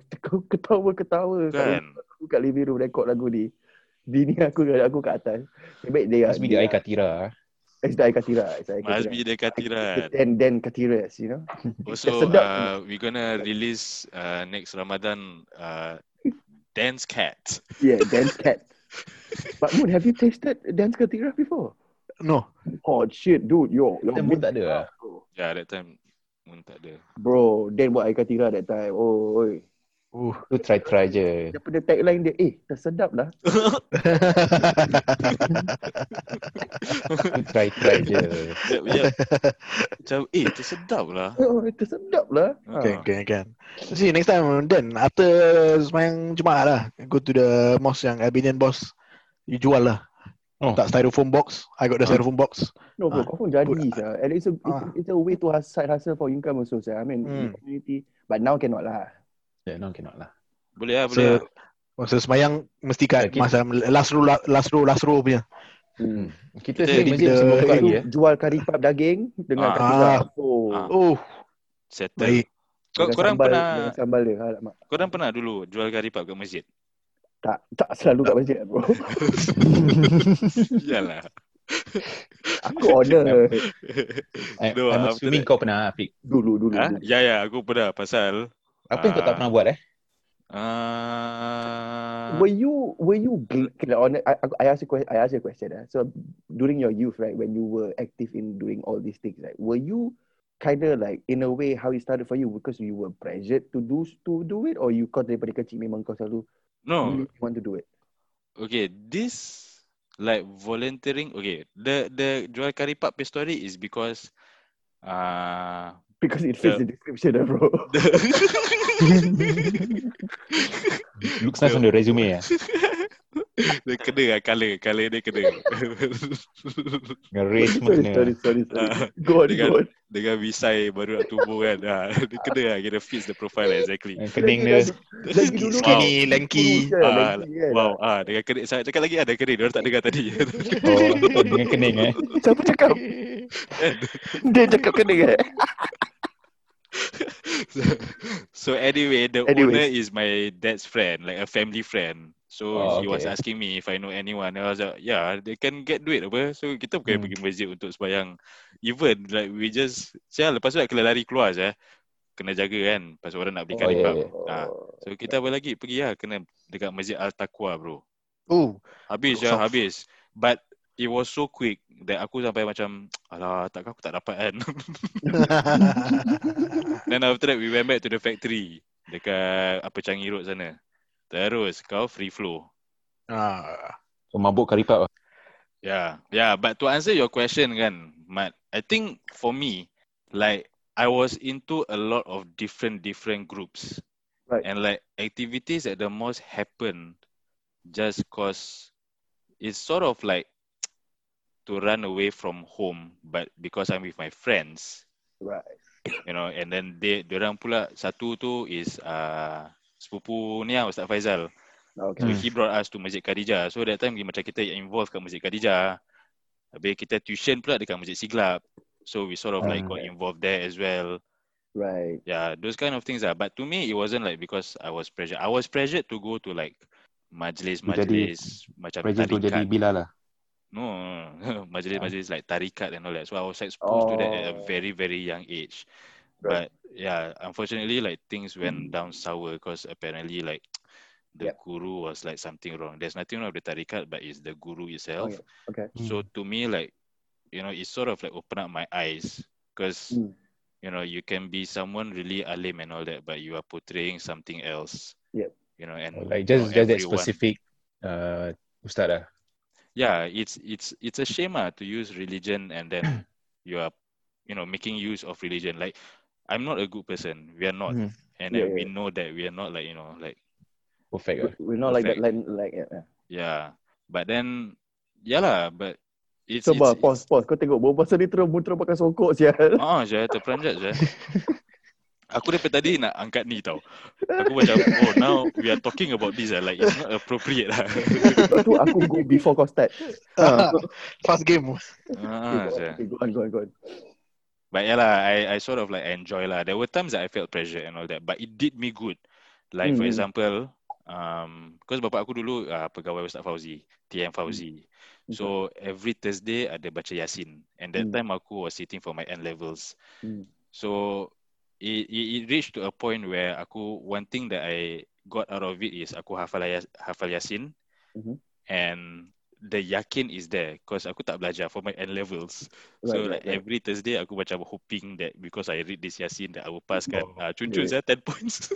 ketawa-ketawa kalau Kan? aku kat living room record lagu ni. Bini aku aku kat atas. Baik dia. Eh, Must be the Aikatira. It's the Aikatira. It's the Must Aikatira. be the Katiran. Then then Katiras, you know. kan. Also, Sedap. uh, we're gonna release uh, next Ramadan uh, Dance Cat. Yeah, dance cat. But Moon, have you tasted dance katira before? No. Oh shit, dude, yo, yo, Then pun tak ada lah. Yeah, that time pun tak ada. bro, then buat air katira that time. Oh, oi. Ooh. Tu try-try je. Dia punya tagline dia, eh, tersedap lah. Tu try-try je. Sekejap, sekejap. Macam, eh, tersedap lah. Oh, tersedap lah. Okay, Ah. okay, can. See, next time, then, after semayang Jumaat lah, go to the mosque yang Albanian boss, you jual lah. Oh. Tak styrofoam box. I got the styrofoam box. No, bro, Ah, confirm jadi. good. sia. And it's a, it's, Ah. it's a way to has- side hustle for income also. sia. I mean, Hmm. community. But now cannot lah. Yeah, no, cannot lah. Boleh lah, boleh So, lah. masa semayang, mesti kat Okay. masa last row, la- last row, last row punya. Hmm. Kita Kita sering edit masjid the- mesti buka edit lagi Itu eh. jual kari pap daging dengan Ah. kari pap. Oh, Ah. Oh, Settle. baik. Kau, dengan korang sambal, pernah Dengan sambal dia. Alamak. korang pernah dulu jual karipap kat masjid? Tak, tak selalu kat masjid bro. Yalah. Aku order I, No, I'm after assuming that. Eh, kau pernah Afiq. dulu, dulu. Ha? dulu. Ya, ya, aku pernah pasal Apa yang kau tak Ah. pernah buat eh? ah, Were you were you gl- okay, like, honest, I, I- I asked you que- I asked you a question. Eh? So during your youth, right, when you were active in doing all these things, right, were you kind of like in a way how it started for you because you were pressured to do to do it, or you kau daripada kecil memang kau selalu no. really want to do it? Okay, this like volunteering. Okay, the the jual karipap punya story is because ah Because it fits the description, eh, bro. the Looks nice on the resume eh. dia kena lah colour, colour dia kena. Dengan race semua sorry, kena. sorry, sorry, sorry. Ah, Go on, Dengan- go on. Dengan visai baru nak tubuh kan. Ah, dia kena lah, kena fits the profile lah, exactly. Yang eh, Kening dia. Lagi dulu kan? Skinny, lanky. kurus, eh, Ah, lanky, eh. Wow, ah, dengan kering. Saya cakap lagi ada kering. Orang tak dengar tadi. Oh, dengan kening eh. Siapa cakap? Dia cakap kena eh? so anyway, the Anyways. owner is my dad's friend, like a family friend. So Oh, he was okay. asking me if I know anyone. I was like, yeah, they can get duit apa. So kita bukan Hmm. pergi masjid untuk sembahyang. Even like we just, sial, lepas tu nak kena lari keluar je. Kena jaga kan. Pasal orang nak beli Oh, karipap. yeah, yeah. Ah, so kita apa lagi? Pergi lah kena dekat Masjid Al-Taqwa bro. Oh, Habis Kau ya, saf- habis. But it was so quick that aku sampai macam, alah, takkan aku tak dapat kan. Then after that, we went back to the factory dekat apa Changi Road sana. Terus kau free flow. ah, So, mabuk karipap lah. Yeah, yeah. But to answer your question kan, Mat, I think for me, like I was into a lot of different different groups, Right. and like activities at the most happen just cause it's sort of like to run away from home, but because I'm with my friends, Right. you know and then they orang pula satu tu is uh, sepupu ni lah Ustaz Faizal so Okay. he brought us to Masjid Khadijah so that time macam kita involved kat Masjid Khadijah habis kita tuition pula dekat Masjid Siglap so we sort of like got involved there as well Right. yeah those kind of things ah but to me it wasn't like because I was pressured I was pressured to go to like majlis-majlis macam Pressure tu jadi tarikat bila lah. no no, no. majlis-majlis like tarikat and all that so I was exposed to that at a Oh. very very young age but Right. yeah, unfortunately, like things went down sour because apparently, like the Yep. guru was like something wrong. There's nothing wrong with the tarikat, but it's the guru itself. Okay. Okay. So to me, like you know, it sort of like opened up my eyes because Mm. you know you can be someone really alim and all that, but you are portraying something else. Yep. You know, and Oh, Like just, not just that everyone- specific uh, ustaz lah. yeah it's it's it's a shame ah, to use religion and then you are you know making use of religion like i'm not a good person we are not Mhm. and Mm-hmm. Yeah, then we yeah. know that we are not like you know like Perfect lah. We- We're not like that. Like, like yeah. yeah. yeah but then yeah lah but it's Sabar, it's, pause, pause. Kau tengok bawa pasal ni terus muter pakai sokok sial. Ah, saya terperanjat je. Aku daripada tadi nak angkat ni tau. Aku macam, oh now we are talking about this lah. Like it's not appropriate ah. lah. Lepas tu aku go before kau start. fast game. ah, saya. okay, go on, go on, go on. But yeah lah, I, I sort of like enjoy lah. There were times that I felt pressure and all that, but it did me good. Like for Mm. example, um, because bapak aku dulu uh, pegawai Ustaz Fauzi, TM Fauzi. So Hmm. every Thursday ada baca Yasin. And that Mm. time aku was sitting for my N levels. Mm. So it, it, it reached to a point where aku one thing that I got out of it is aku hafal Yas- hafal Yasin Mhm. and the yakin is there because aku tak belajar for my N levels so Right, like right, right. every Thursday aku macam hoping that because I read this Yasin that I will pass kan. Oh. Ah, cun-cun Yeah. saya 10 points.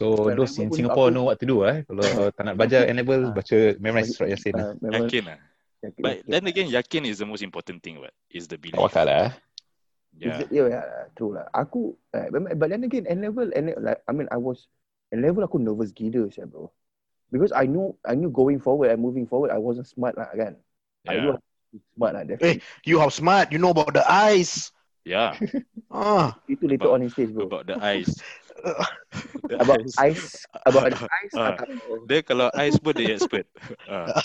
So Ustaz those in Annabelle pun Singapore tak know what to do eh. Kalau tak nak belajar enable Ah. baca memorize surat Yasin. Ah, lah. memang- Yakin lah. yakin, But yakin. then again, yakin is the most important thing. What is the belief? Tawakal lah eh. Yeah. Yeah, yeah, true lah. Aku, uh, but then again, N level, N level, like, I mean, I was N level aku nervous gila sih bro, because I knew, I knew going forward and moving forward, I wasn't smart lah kan. I Yeah. knew I wasn't smart lah. Definitely. You how smart. You know about the eyes. yeah. Ah, Itu later about- on in stage bro. About the eyes. The About eyes. ice, about ice, Ah. Dia kalau eyes pun dia expert. Ah,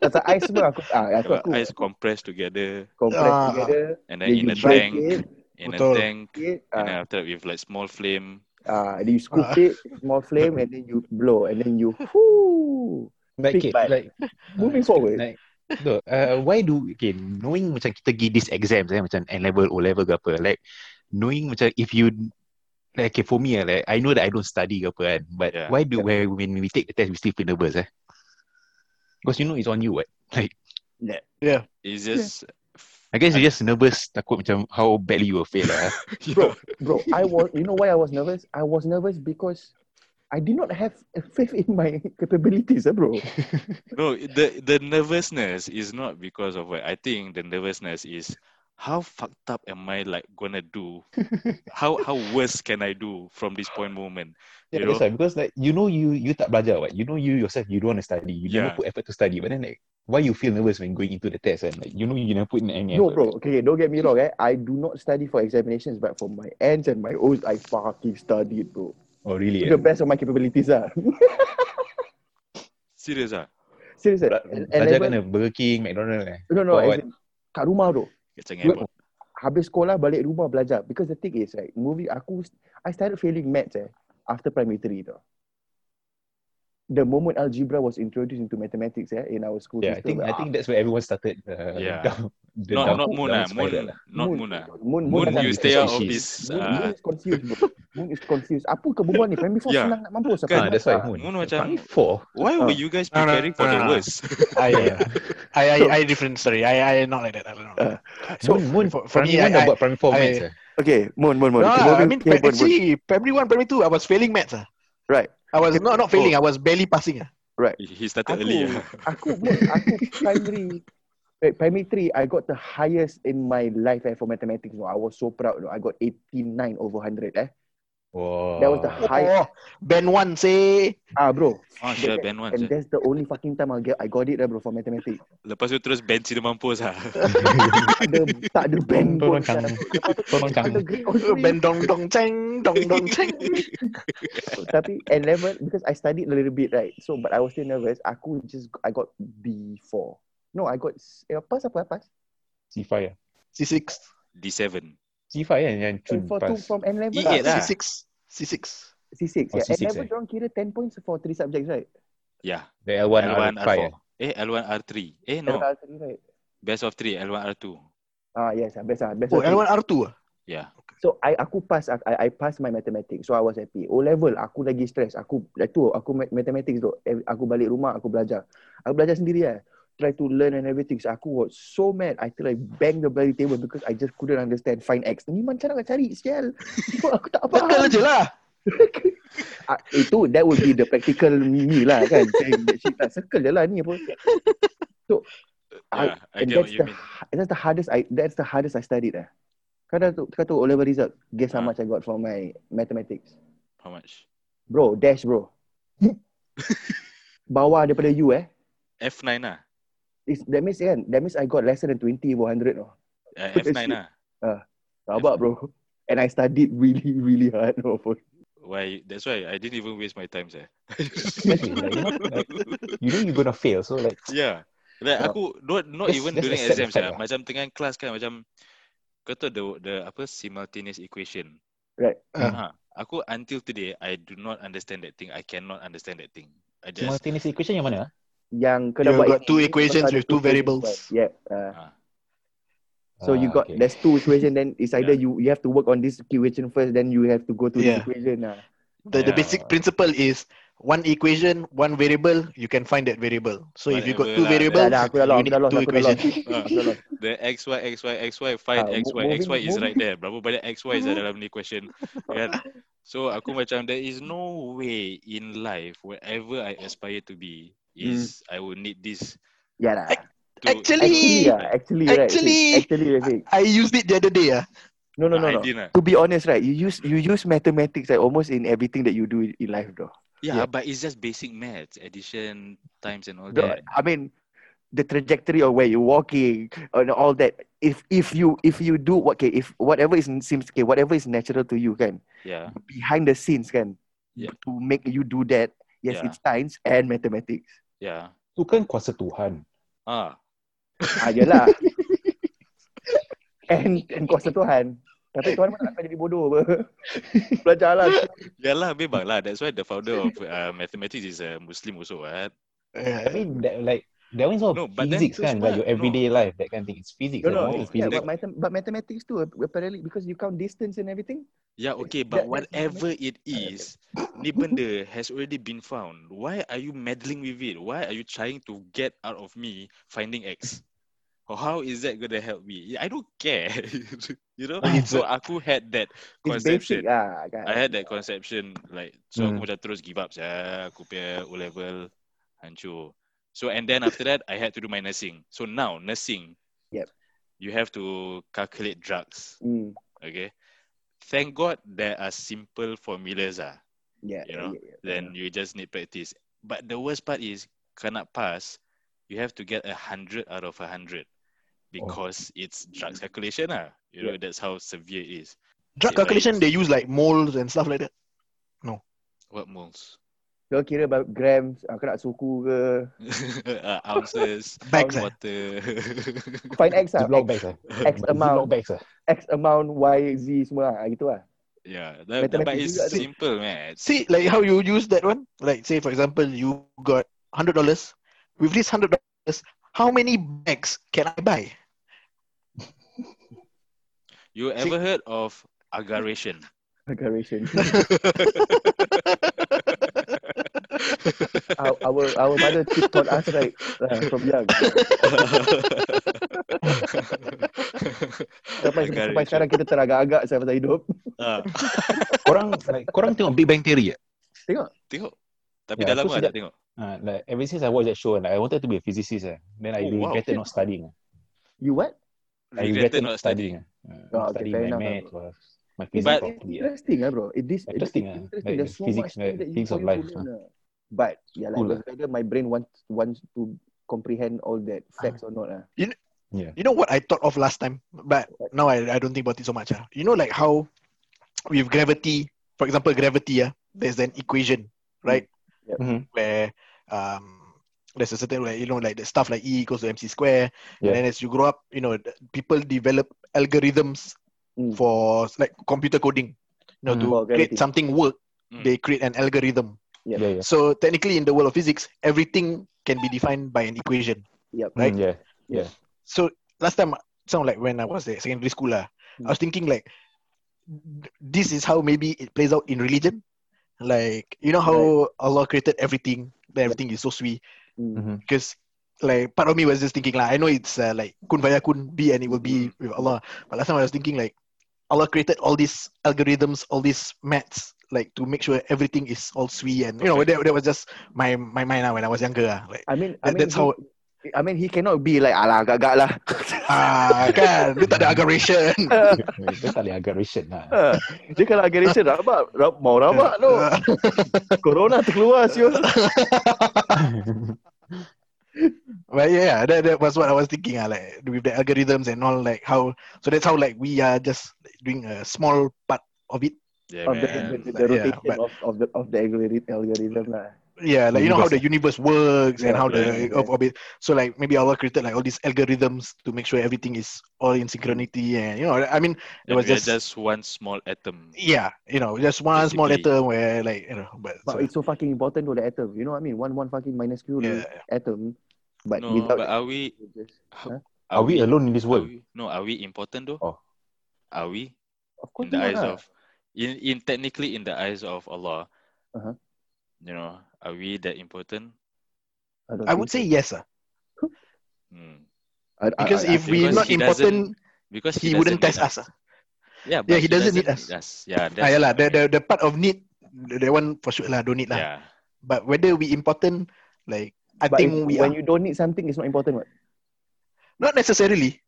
pasal ice semua aku, ah, aku, kalau aku eyes compressed together compress Ah. together, and then then in you a break tank, it, in Betul. a tank, it, and then ah, after that with like small flame. ah, then you scoop Ah. it, small flame, and then you blow, and then you, whoo, Like, Big okay, bite. like moving forward. Like, no, uh, why do okay, knowing macam kita pergi these exams eh, macam N level, O level ke apa, like knowing macam if you like okay, for me eh, like I know that I don't study ke apa kan, but Yeah. why do when, when we take the test we still feel nervous eh? Because you know it's on you eh? what. It's just I guess you're just nervous takut macam how badly you will fail lah. eh. Yeah. bro i was you know why i was nervous i was nervous because i did not have a faith in my capabilities eh, bro no the the nervousness is not because of what I think the nervousness is how fucked up am I like gonna do? how how worse can I do from this point moment? Yeah, You know? that's why because like you know you you tak belajar what you know you yourself you don't want to study you Yeah. never put effort to study but then like why you feel nervous when going into the test and like you know you never put in any no effort. bro okay don't get me wrong eh? i do not study for examinations but for my ends and my o's i fucking studied bro Oh really? to Yeah. the best of my capabilities ah Serious ah? seriously Bela- and, and Belajar level- kena Burger King, McDonald's eh. no no for as in, kat rumah bro Kacang Good. airport. habis sekolah balik rumah belajar because the thing is like movie aku I started failing maths eh after primary three tau the moment algebra was introduced into mathematics eh in our school Yeah, I think system I ah, think that's where everyone started. Uh, Yeah. Down, the Not down, not Moon ah. down Moon spiral lah. not Moon ah. Moon, uh, Moon Moon kan you different stay out of species. this Moon, Moon ah. is confused bro. Moon is confused. Apa ke berbual ni? Primary 4 Yeah. senang nak mampus. Ah, Kan, that's why Ah, Moon. Moon macam- Primary four. Why were you guys No, no, preparing for no, the no. worst? I, I, I, I different story. I, I not like that. I don't know. Uh, So Moon, Moon for- for primary me, one I- I, about primary four I- maths. eh? Okay, Moon, Moon, Moon. no, Okay, lah, I moving- mean, okay, Moon, Moon. actually, primary one, primary two, I was failing maths. ah. Right. Oh. I was not not failing. I was barely passing. ah. He started Aku, early. ah. aku, Moon, aku primary eh, primary 3, I got the highest in my life eh, for mathematics. No, I was so proud. No. I got 89 over 100 eh. Wow. That was the highest. Oh, Ben one say. Ah, bro. Ah, sure, Ben one. sure. And that's the only fucking time I get I got it eh, bro for mathematics. Lepas tu terus Ben sini mampus ah. Tak ada tak ada band pun. Tolong kamu. Tolong Tak kamu. ada grade on me. Ben dong dong cheng dong dong cheng. Tapi N level because I studied a little bit right. So but I was still nervous. Aku just I got B4. No, I got s- eh, pass apa pass? C5 ya. C six. D7. C5 kan yang Chun For two pass. from N level. E8 lah. C six. C six. C6. Oh, yeah. C6, N level eh. dorang kira 10 points for three subjects right? Yeah. The L1, L1 R5. R4. Eh, L1 R3. Eh, no. L1 R3, right? Best of 3, L1 R2. Ah yes, ah, best ah, best. of Oh, three. L one R two. Yeah. So I aku pass I, I pass my mathematics. So I was happy. O level aku lagi stress. Aku tu aku ma- mathematics tu. Eh, Aku balik rumah aku belajar. Aku belajar sendiri eh. Try to learn and everything. So aku was so mad. I feel like bang the bloody table because I just couldn't understand find X. Ni macam mana nak cari sial. So aku tak Betul faham. je lah. Ah, itu that would be the practical me lah kan. Saying that shit lah. Circle je lah ni apa. So I, Yeah, I, and get what that's you the mean. that's the hardest I that's the hardest I studied eh. Kau dah tu kau tu O level result. Guess how Ah. much I got for my mathematics. How much? Bro, dash bro. Bawah daripada you eh. F9 lah. It's, that means kan, that means I got lesser than 20 over 100 no. Uh, What the F9 lah. oh. Rabak bro. And I studied really, really hard no. For, Why? That's why I didn't even waste my time, sir. Exactly, like, you know, like, you know you're gonna fail. So like, yeah. Like aku not not That's- even that's during a set exams effect lah. lah. Macam tengah kelas kan macam kau tahu the the apa simultaneous equation. Right. Ah, aku until today I do not understand that thing. I cannot understand that thing. I just simultaneous equation yang mana? ah? yang kau dah You buat got two ini, equations kau got with two equations, variables. right? Yeah. Uh, ah, so you got there's two equation then it's either you you have to work on this equation first then you have to go to Yeah. this equation lah. The, the Yeah. basic principle is one equation, one variable, you can find that variable. So if you got two lah. Whatever variables, Dah, dah, aku dah lost, you aku need dah lost, two aku dah lost. equations. Ah, Aku dah lost. the x y x y x y find Ah, x y mo- x y is moving- right there. Berapa banyak x y is ada dalam ni question kan? So aku macam there is no way in life wherever I aspire to be is I will need this Ya lah. to Actually, Hmm. Actually, uh, yeah, actually, right. Actually. Actually, actually, Rafiq. I used it the other day. Ah, No, no, no, I no. didn't, ah. To be honest, right, you use you use mathematics like almost in everything that you do in life, though. Yeah, but it's just basic maths, addition, times and all the, that. I mean, the trajectory of where you're walking and all that. If if you if you do what okay, if whatever is seems okay, whatever is natural to you, can Yeah. behind the scenes, can Yeah. to make you do that. Yes, Yeah. it's science and mathematics. Yeah. Itu kan kuasa Tuhan. Ah. ah, yelah. and and kuasa Tuhan. Tapi Tuhan mana nak kau jadi bodoh apa. Belajarlah. Yalah memang lah. That's why the founder of uh, mathematics is a Muslim also. Right? I mean, that, like, that one is all No, but then physics tu kan? sebab- Like your everyday life, that kind of thing. It's No, physics. eh, no. What is Yeah, physics? but, mathem- but mathematics too apparently because you count distance and everything. Yeah, okay, but that- that's whatever it is, ni benda has already been found. Why are you meddling with it? Why are you trying to get out of me finding X? Or how is that gonna help me? I don't care. you know? So aku had that It's conception. basic ah. kan. I had that conception like so Mm. Hmm. aku macam terus give up sia aku punya O level hancur. So and then after that I had to do my nursing. So now nursing. Yep. You have to calculate drugs. Mm. Okay. Thank God there are simple formulas ah. Yeah, you know, yeah, yeah. Then you just need practice. But the worst part is cannot pass. You have to get a hundred out of a hundred because Oh. it's drugs calculation ah. You know that's how severe it is. drug Okay, but calculation, it's- they use like moles and stuff like that. What moles? So kira ba- grams, ah, kau nak suku ke? uh, ounces, Bags, eh? water. Find X lah. X, Ziploc bags lah. X amount, Ziploc bags lah. X amount, Y, Z semua lah. Gitu lah. yeah, that, that, but it's Mathematics juga tu. simple, man. See, like how you use that one. Like, say for example, you got hundred dollars. With this hundred dollars, how many bags can I buy? You ever heard of aggravation? Aggravation. our, our, our mother keep taught us right uh, from young. Sampai, sampai sekarang kita teragak-agak saya pasal hidup. Ah, korang, like, korang tengok Big Bang Theory tak? tengok. Tapi dah Ya, aku lama sedap. tak tengok. Ah, like, ever since I watched that show, like, I wanted to be a physicist. Eh. Then I Oh, wow. regretted not studying. Ah, You what? I regretted not studying. Uh, Oh, okay, not studying fair my enough, math bro. or my It's physics But- properly. eh. interesting lah bro. It, this, it- it's Interesting ah. interesting. Like There's so physics, much like thing that you- things for of you life, to eh. learn lah. But yeah, like, Cool lah. whether my brain wants wants to comprehend all that facts or not lah. You know what I thought of last time, but now I, I don't think about it so much. Ah, You know, like how with gravity, for example, gravity, ah, there's an equation, right? Mm-hmm. Yep. Mhm. Where um, there's a certain, like, you know, like the stuff like E equals to MC square. Yeah. And then as you grow up, you know, th- people develop algorithms Mm. for like computer coding. You know, Mm. to For create gravity. something work, Mm. they create an algorithm. Yeah. Yeah, yeah. So technically, in the world of physics, everything can be defined by an equation. Yep. Right? Mm, Yeah. so last time sound like when I was at secondary school lah, I was thinking like this is how maybe it plays out in religion. Like you know how Allah created everything, then everything is so sweet Mm. because like part of me was just thinking like I know it's uh, like kun faya kun be and it will be with Allah. But last time I was thinking like Allah created all these algorithms, all these maths like to make sure everything is all sweet and you know that, that was just my my mind ah when I was younger ah. like I mean, I mean, That- that's he, how- I mean, he cannot be like alah agak-agak lah. ah kan dia tak ada aggravation Dia tak boleh aggravation lah. Ah, Dia kalau aggression rabak, rab, mau rabak tu. Ah. Corona terkeluar siul. But yeah, that, that was what I was thinking. ah, like with the algorithms and all, like how. So that's how like we are just doing a small part of it. Yeah, Of the, the, man. the, the Yeah, rotation but- of, of the of the algorithm, algorithm lah. Yeah, like you know how the universe works and Yeah, how the yeah, yeah. of orbit. So like maybe Allah created like all these algorithms to make sure everything is all in synchronity and you know. I mean, it It was was just, just one small atom. yeah, you know, just one small Basically. letter where like you know, but, But so, it's so fucking important to the atom. You know what I mean? One one fucking minuscule yeah, atom. But No, without but are we uh, Are we alone in this are world? we, no, are we important though? Oh. Are we in of course the not eyes lah. of in in technically in the eyes of Allah? Uh-huh. You know, Are we that important? I, don't I would think say yes. ah. Hmm. so. I, I- Because I- if we're Because not he doesn't- important, Because he, doesn't wouldn't need test us. ah. Yeah, but Yeah, he doesn't need us. Yeah, Ah, that's yeah lah. what I The, the, mean. the part of need, that one for sure lah, don't need lah. yeah. But whether we important, like, I but think if- we when are. you don't need something, it's not important. What? Not necessarily.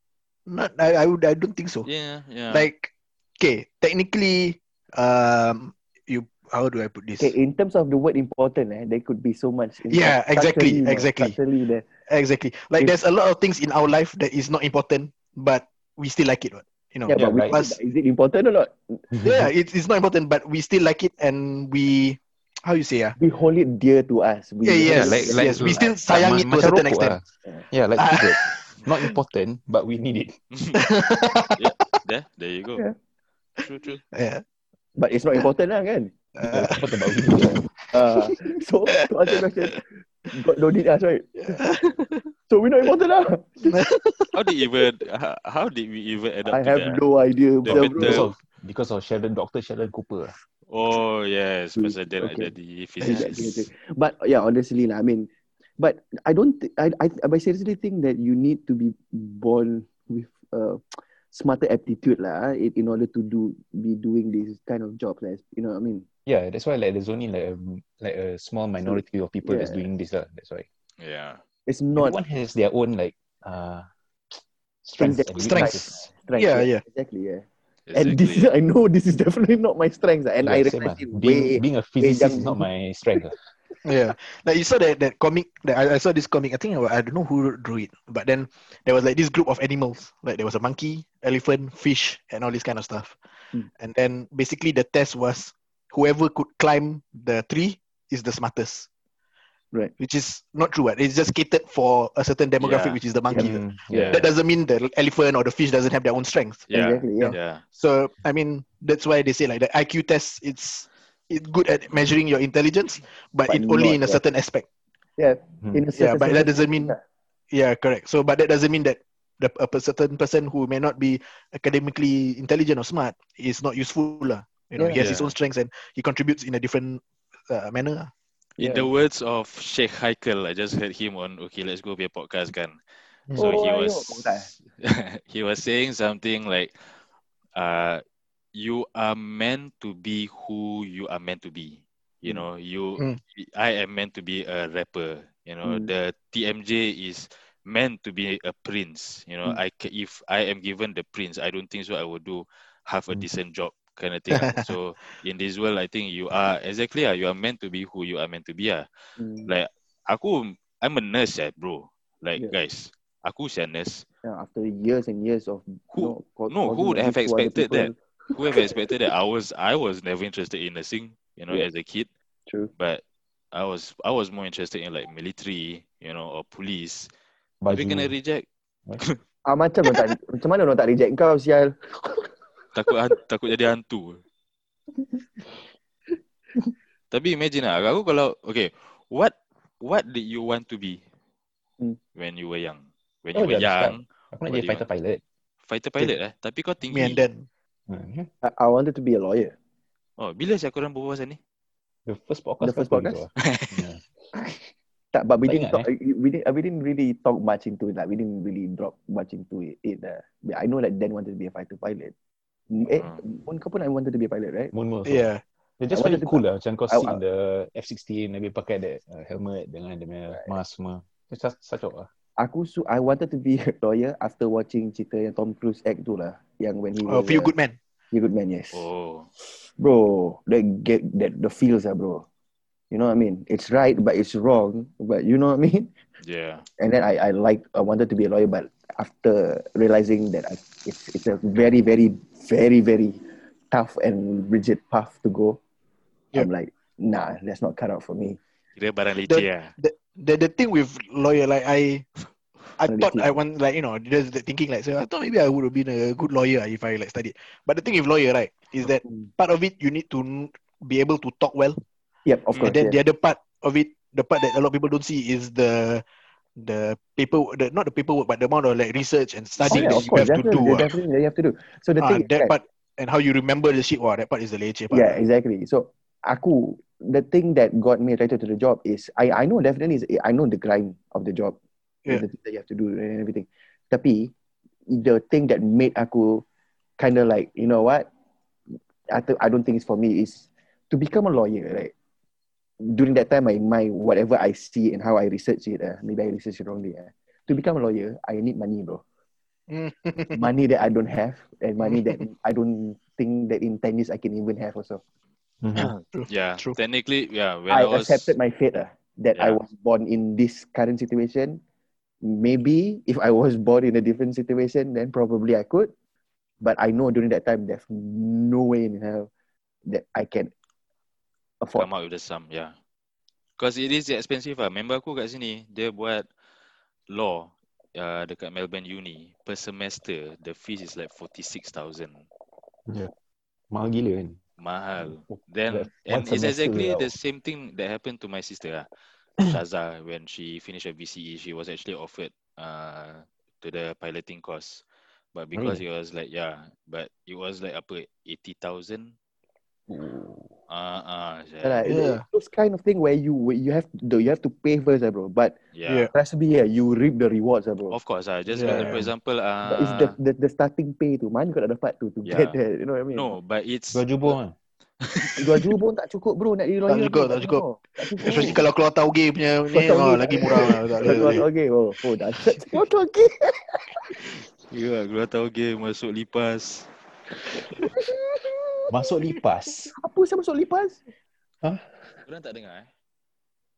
Not, I, I, would, I don't think so. Yeah, yeah. Like, okay, technically, um, you, how do I put this? Okay, in terms of the word important, eh, there could be so much. in- Yeah, structurally, exactly, you know, exactly. structurally there. Exactly. Like If- there's a lot of things in our life that is not important, but we still like it. What you know? Yeah, but we, right. us- is it important or not? yeah, it's it's not important, but we still like it, and we how you say ah? We hold it dear to us. We Yeah, Yeah, yes, like, like yes, we still sayang it to a macam certain rokok extent. lah. Yeah, like Ah. cigarette. Not important, but we need it. there, there you go. Yeah. True, true. Yeah. But it's not important lah kan? Uh, Important, but we need it. Uh, so, to answer your question, God don't need us, right? So we're not important lah. How did even how, how did we even end up I to have that? no idea. The bro. Because better- of, because of Sheldon, Dr. Sheldon Cooper. lah. Oh yes, Hmm, pasal dia nak okay. jadi Exactly, physicist. exactly. But yeah, honestly, lah, I mean, but I don't, thi- I, I, I seriously think that you need to be born with a smarter aptitude lah, in, in order to do be doing this kind of job, like, you know what I mean? Yeah, that's why like there's only like a, like a small minority of people that's Yeah. doing this lah. That's why Yeah. It's not everyone has their own like uh, things strengths. that and weaknesses. strengths. strengths. Yeah, yeah. exactly, yeah. And this is, Exactly. I know this is definitely not my strength, and I Yeah, same realize lah. it being, way. being a physicist is young. not my strength. ah. lah. yeah. Like you saw that that comic. That I, I saw this comic. I think I don't know who drew it, but then there was like this group of animals. Like there was a monkey, elephant, fish, and all this kind of stuff. Hmm. And then basically the test was whoever could climb the tree is the smartest. Right. Which is not true. Right? It's just catered for a certain demographic, Yeah. which is the monkey. Mm, Yeah. That doesn't mean the elephant or the fish doesn't have their own strength. Yeah. Exactly, yeah. Yeah. So I mean that's why they say like the IQ test. It's it's good at measuring your intelligence, but, But it only not, in a yeah. certain aspect. Hmm. In a Yeah, certain but that sense, doesn't mean. yeah. Yeah, correct. So, but that doesn't mean that the a per- certain person who may not be academically intelligent or smart is not useful, lah. You know, he Yeah. has his Yeah. own strengths and he contributes in a different uh, manner. lah. In Yeah. the words of Sheikh Haikal, I just heard him on Okay, Let's Go be a podcast kan. Hmm. So Oh, he I was know about he was saying something like uh you are meant to be who you are meant to be. You Mm. know, you Mm. I am meant to be a rapper. You know, Mm. the TMJ is meant to be a prince. You know, I ca- if I am given the prince, I don't think so I will do half a Mm. decent job kind of thing. ah. so in this world, I think you are exactly. ah, you are meant to be who you are meant to be. Ah, Mm, like aku, I'm a nurse, eh, bro. Like Yeah. guys, aku is a nurse. yeah, after years and years of Who- you know, co- no, who causing would have abuse to other expected that? people. Who have expected that? I was I was never interested in nursing. You know, Yeah. as a kid. True. but I was I was more interested in like military, you know, or police. Are we Baju. gonna reject? Ah, macam mana tak, macam mana orang tak reject kau sial? Takut han- takut jadi hantu. Tapi imagine lah, aku kalau okay, what what did you want to be Hmm. when you were young? When Oh, you were dah cakap. young, Aku nak What jadi do you fighter pilot. fighter pilot lah. Tapi kau Me and tinggi. then Hmm. I, I wanted to be a lawyer. Oh, bila sih aku orang berbual pasal ni? The first podcast. The first aku podcast? gitu lah. yeah. Tak, but we Tak didn't ingat, talk, we didn't uh, we didn't really talk much into it. Like we didn't really drop much into it. it uh, but I know that Dan wanted to be a fighter pilot. Mm, Eh, Hmm. Moon kau pun I wanted to be a pilot, right? Moon Moon. yeah, They just I very wanted to- cool lah. Macam kau I- sit I- in the F-16 Habis pakai that uh, helmet Dengan dia punya mask semua Itu sa- sacok lah Aku su- I wanted to be a lawyer after watching cerita yang Tom Cruise act tu lah. Yang when he oh, was few uh, good men. Few Good Man, yes. Oh, bro, the get that the feels are bro. You know what I mean? It's right, but it's wrong. But you know what I mean? yeah. And then I, I like I wanted to be a lawyer, but after realizing that I, it's it's a very very very very tough and rigid path to go, I'm like, nah, that's not cut out for me. Kira barang leceh lah. The the thing with lawyer, like I, I Really thought cool. I want like you know just the thinking like so I thought maybe I would have been a good lawyer if I like studied. But the thing with lawyer right is that part of it you need to n- be able to talk well Yep, of Mm. course. And then yeah. the other part of it, the part that a lot of people don't see is the the paper, the, not the paperwork, but the amount of like research Oh, and studying yeah, that of you course. have to Definitely, do. ah. definitely, you have to do. So the Ah, thing is that that- part and how you remember the shit. Wow, that part is the leceh part. Yeah, exactly. So aku the thing that got me attracted to the job is I I know definitely is I know the grind of the job, Yeah. the things that you have to do and everything. Tapi the thing that made aku kind of like you know what I th- I don't think it's for me is to become a lawyer right. During that time, my my whatever I see and how I research it, uh, maybe I research it wrongly. Uh, to become a lawyer, I need money, bro. Hmm, money that I don't have and money that I don't think that in 10 years I can even have also. Yeah, True. technically, yeah. When I, I, was accepted my fate ah, that I Yeah. was born in this current situation. Maybe if I was born in a different situation, then probably I could. But I know during that time, there's no way in hell that I can afford. come out with the sum, yeah. Because it is expensive lah. Member aku kat sini, dia buat law uh, dekat Melbourne Uni. Per semester, the fees is like 46,000. Mahal gila kan. Mahal. Then, Like, and one it's semester exactly tau. the same thing that happened to my sister lah. Shaza, when she finished her VCE, she was actually offered uh, to the piloting course. But because it was like, yeah, but it was like apa, 80,000? Ah, ah, Yeah, lah. It- Yeah. Those kind of thing where you where you have to you have to pay first, ah, bro. But yeah. trust me, yeah, you reap the rewards, ah, bro. Of course lah. Just yeah. Yeah. for example, uh, But it's the, the the starting pay tu Mana kau nak dapat tu To Yeah. get that You know what I mean no, but it's Kau jumpa kan. Dua jubah pun tak cukup bro Nak jadi lawyer cukup, bro. tak cukup. Tak cukup. Especially kalau keluar tauge punya ni, Keluar oh, tauge. lagi murah. lah, tak Kau Eh, boleh. okay oh, oh dah Kau tu okay Ya, yeah, keluar tahu game masuk lipas. Masuk lipas. Apa saya masuk lipas Korang tak dengar eh?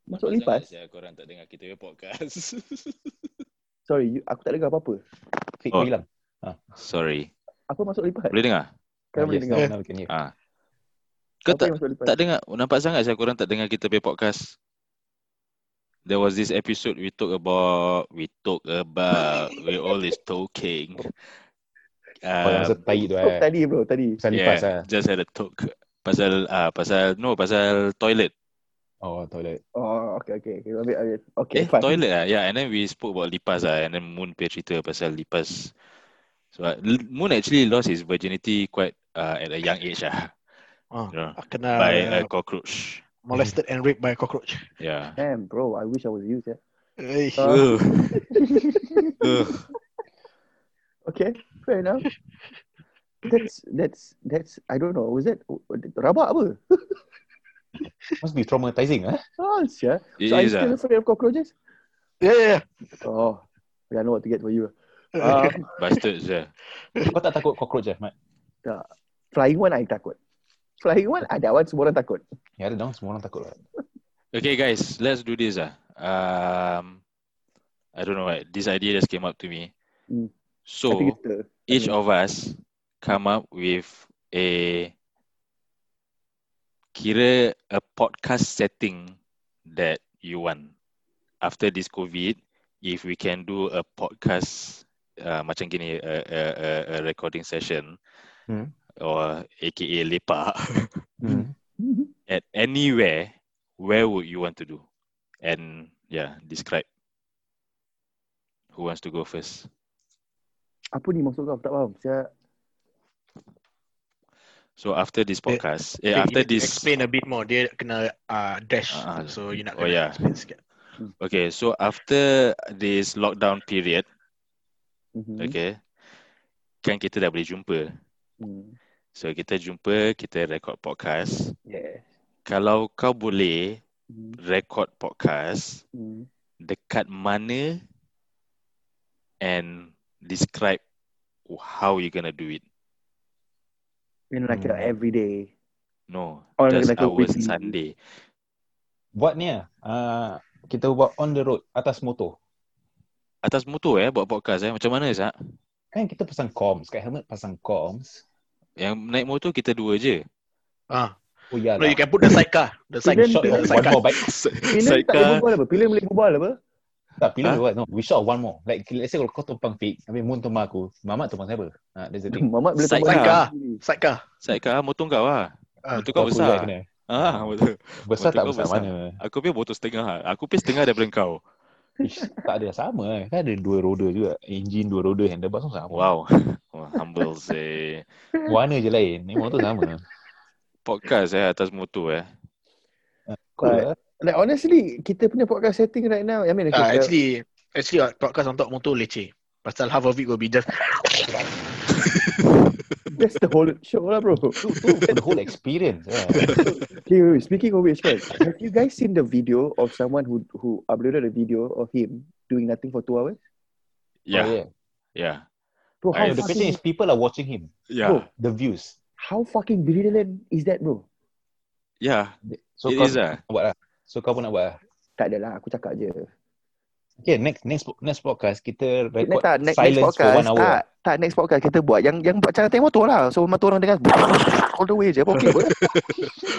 Masuk Bagus lipas sangat ya. sia korang tak dengar kita punya podcast. Sorry you, Aku tak dengar apa-apa Fik Oh. kau hilang. Sorry. Apa masuk lipas Boleh dengar? Kau boleh Yes, dengar now- now we can hear. Ah. Kau Apa tak yang masuk lipas? tak dengar nampak sangat saya korang tak dengar kita punya podcast. There was this episode we talk about we talk about we always talking. Oh, Uh, yang pasal tai tu Oh, eh. Tadi bro tadi Pasal lipas yeah, ah. lah. just had a talk pasal ah pasal no pasal toilet. Oh, toilet. Oh okay okay Okay, ambil, ambil. okay Eh, fine toilet lah. Yeah, and then we spoke about lipas lah. And then Moon pay cerita pasal lipas. So, uh, L- Moon actually lost his virginity quite uh, at a young age lah. Ah, You know, Kena by uh, a cockroach. molested and raped by a cockroach. Yeah. Damn bro I wish I was you yeah. Eh, Uh, Ugh. Ugh. Okay fair enough That's that's that's I don't know was that rabak apa? Must be traumatizing ah. Ah, yeah. It So are you is still ah. afraid of cockroaches? Yeah, yeah, yeah. Oh, I know what to get for you. Uh, Um, Bastards yeah. Kau tak takut cockroach eh, Mat? flying one I takut. Flying one ada one semua orang takut. Ya, ada dong. Semua orang takut lah. Okay, guys. Let's do this ah. Um, I don't know why. This idea just came up to me. Mm. I So, think it's the each of us come up with a kira a podcast setting that you want after this COVID. If we can do a podcast uh, macam gini, a, a, a, a recording session Hmm. or AKA lepak Hmm. Mhm. at anywhere, where would you want to do? And yeah, describe. Who wants to go first? apa ni maksud kau? Aku tak faham. Saya So after this Eh, podcast, eh, after you need to this explain a bit more. Dia kena uh, dash. Ah, ah. So you nak Oh, kena yeah. explain sikit. Okay, so after this lockdown period, Mhm. okay, kan kita dah boleh jumpa. Hmm. So kita jumpa, kita record podcast. Yes. Kalau kau boleh Hmm. record podcast Hmm. dekat mana and describe how you gonna do it. In like a Hmm. everyday. No, Or just Oh, like a our weekly- Sunday. Buat ni ah. ah, Kita buat on the road. Atas motor. Atas motor eh buat podcast eh. Macam mana Zak? Kan kita pasang comms. Kat helmet pasang comms. Yang naik motor kita dua je. Ah, Oh, ya no, lah. you can put the sidecar. The We sidecar. Then shot pillion- one more bike. Pilihan tak boleh berbual apa? Pilihan boleh berbual apa? Tak, pilih Huh? huh? no. We shot one more. Like, let's say kalau kau tumpang Fik, habis Moon tumpang aku, Mamat tumpang siapa? Ha, that's the thing. Mamat boleh Sidecar. berbual. Sidecar. Sidecar motor kau lah. Ah, Motor Kau kau aku juga besar. kena. Ah, betul. Besar Motor tak kau besar, besar. mana? Aku punya botol setengah lah. Aku punya setengah daripada kau. Ish, tak ada sama. eh. Kan ada dua roda juga. Engine dua roda, handlebar semua sama. Wow. Wah, humble say. Warna je lain. Ni motor sama. Podcast eh atas motor eh. Cool. But, Like honestly, kita punya podcast setting right now. I mean, okay, Uh, so- actually, actually our podcast on top motor leceh. Pasal half of it will be just that's the whole show lah, bro. the whole experience. eh. Yeah. Okay, wait, wait, speaking of which, guys, have you guys seen the video of someone who who uploaded a video of him doing nothing for two hours? Oh, Yeah, yeah. yeah, Bro, how I- The question fucking, is, people are watching him. Oh. yeah, The views. how fucking brilliant is that, bro? yeah. Ya. So it kau is ah. nak buat lah. So kau pun nak buat lah. Tak adalah, aku cakap je. Okay, next next next podcast kita Next, record tak, next, next silence for podcast, one hour. tak, tak, next podcast kita buat yang yang buat cara tengok motor lah. So, motor orang dengar all the way je. Okay, boleh.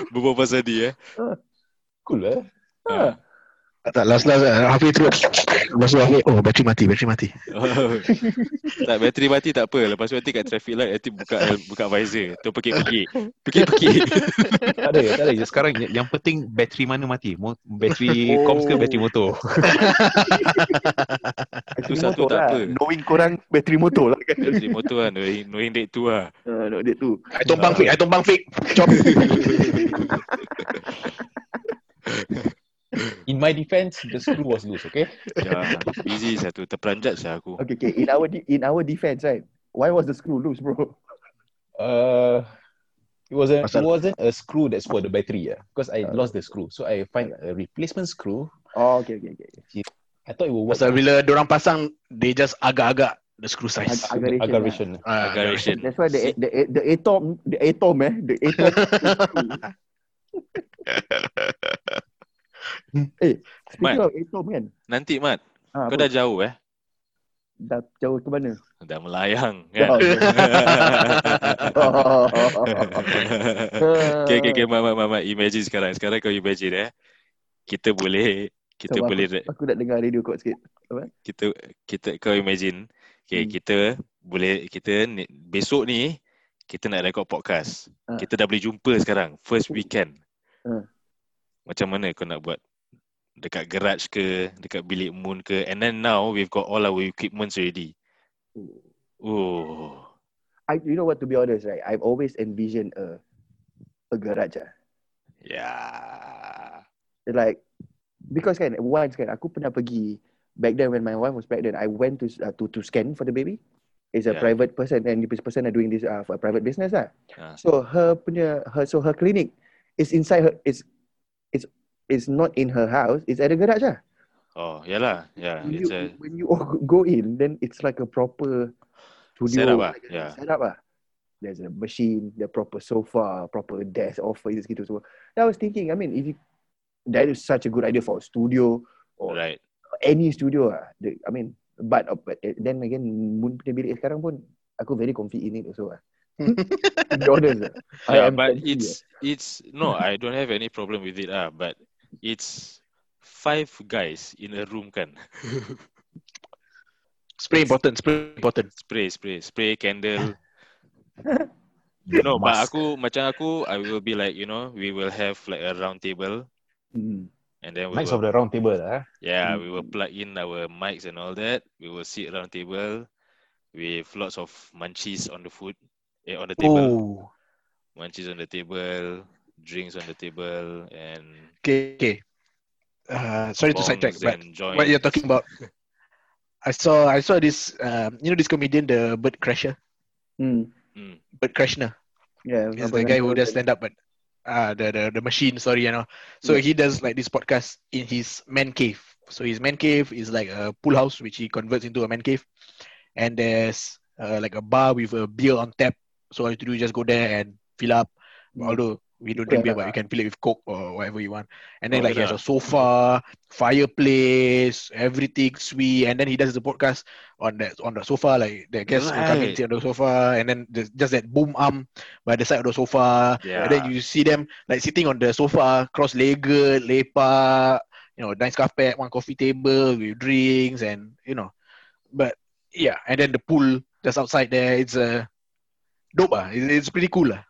Berbual pasal dia eh. Cool lah. Ah. tak last last uh, halfway through lepas tu halfway oh bateri mati bateri mati Oh. tak bateri mati tak apa. Lepas tu nanti kat traffic light nanti buka buka visor. Tu pekik-pekik. Pekik-pekik. tak ada, tak ada. Yang Sekarang yang- yang penting bateri mana mati? Mo- Bateri Oh. comms ke bateri motor? Bateri satu motor tak lah. apa. Knowing korang bateri motor lah kan. Bateri motor lah knowing, knowing that tu lah. Uh, no, dia tu. I tumpang fake I tumpang fake chop In my defense, the screw was loose, okay? Ya, busy satu terperanjat saya aku. Okay, okay. In our de- in our defense, right? Why was the screw loose, bro? Uh, it wasn't it Pasal- wasn't a screw that's for the battery, yeah. Because I lost the screw, so I find a replacement screw. Oh, okay, okay, okay. I thought it would work. pasal bila orang pasang they just agak-agak the screw size Ag- Ag- aggravation lah. aggravation. Ah, Aggravation. That's why the the the atom the atom eh the atom. eh, speaking of atom kan. Nanti Mat, Ha, kau apa? dah jauh eh. dah jauh ke mana? Dah melayang Jauh. kan. Oh. okay, okay, okay, okay. Mat, Mat, Mat, Mat. Imagine sekarang. Sekarang kau imagine eh. Kita boleh kita Sabar, boleh Aku nak dengar radio kau sikit. kita kita kau imagine okay Hmm. hmm. kita boleh kita ni, besok ni kita nak record podcast. Ah. Kita dah boleh jumpa sekarang first weekend. Ah. Macam mana kau nak buat? Dekat garage ke, dekat bilik moon ke and then now we've got all our equipments already. Oh. I you know what to be honest right? I've always envisioned a a garage ah. ya. Yeah. like because kan once kan aku pernah pergi back then when my wife was pregnant I went to uh, to to scan for the baby It's a Yeah. private person and this person are doing this uh, for a private business lah Ah. so her punya her so her clinic is inside her is it's it's not in her house it's at a garage lah Oh, yalah. Yeah, when you it's a when you go in then it's like a proper studio Setup lah, like a yeah. setup lah there's a machine the proper sofa proper desk office gitu semua then I was thinking I mean if you that is such a good idea for a studio or right. any studio lah. The, I mean, but, uh, but then again, Moon punya bilik sekarang pun, aku very confident in it also lah. to be honest lah. I yeah, am but fancy it's it's no, I don't have any problem with it ah, but it's five guys in a room kan. spray important spray important Spray, spray, spray candle. no, but aku macam aku, I will be like you know, we will have like a round table Hmm. and then we Nights of will, the round table lah. yeah, Hmm. we will plug in our mics and all that. We will sit round table with lots of munchies on the food, eh, on the table, oh munchies on the table, drinks on the table, and okay okay uh, sorry to bongs sidetrack but and joints. what you're talking about I saw I saw this uh, you know this comedian the bird crasher Hmm. Mm. bird crashner Yeah, He's apa the guy nama who dia? does stand up, but uh, the, the the machine. Sorry, you know. So Yeah. he does like this podcast in his man cave. So his man cave is like a pool house, which he converts into a man cave. And there's uh, like a bar with a beer on tap. So all you have to do is just go there and fill up. Mm. Although we don't drink Yeah. beer, but you can fill it with coke or whatever you want. And Oh, then like he has a yeah. sofa, fireplace, everything sweet. And then he does the podcast on that on the sofa. Like the guests will come in, Right. sit on the sofa, and then there's just that boom arm by the side of the sofa. yeah, And then you see them like sitting on the sofa, cross-legged, lepak, you know, nice carpet, one coffee table with drinks and you know. But yeah, and then the pool just outside there. It's a uh, dope. ah. It's, it's pretty cool. ah.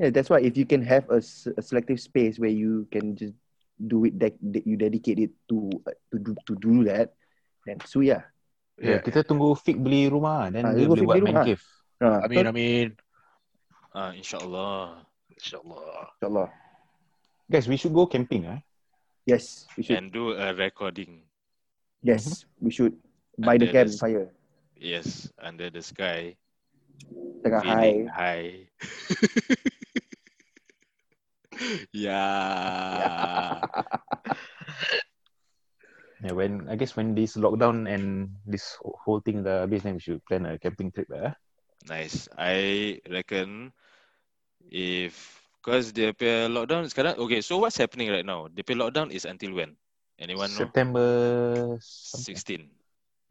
Yeah, that's why if you can have a, s- a selective space where you can just do it that, that you dedicate it to uh, to do to do that, then so yeah. Yeah. Yeah. kita tunggu Fik beli rumah then Ah, you dia go Fik boleh buat beli man rumah. cave. Ha, I mean, I mean, Ah, insyaallah. inshallah. Insyaallah. Guys, we should go camping ah. Yes, we should. and do a recording. yes, we should. By And the there is- campfire. Yes, under the sky, Tengah high. feeling high. Ah. yeah. Yeah, when I guess when this lockdown and this wh- whole thing dah habis, then we should plan a camping trip lah. eh. Nice. I reckon if because the lockdown sekarang okay. So what's happening right now? The lockdown is until when? Anyone know? September something. Sixteen.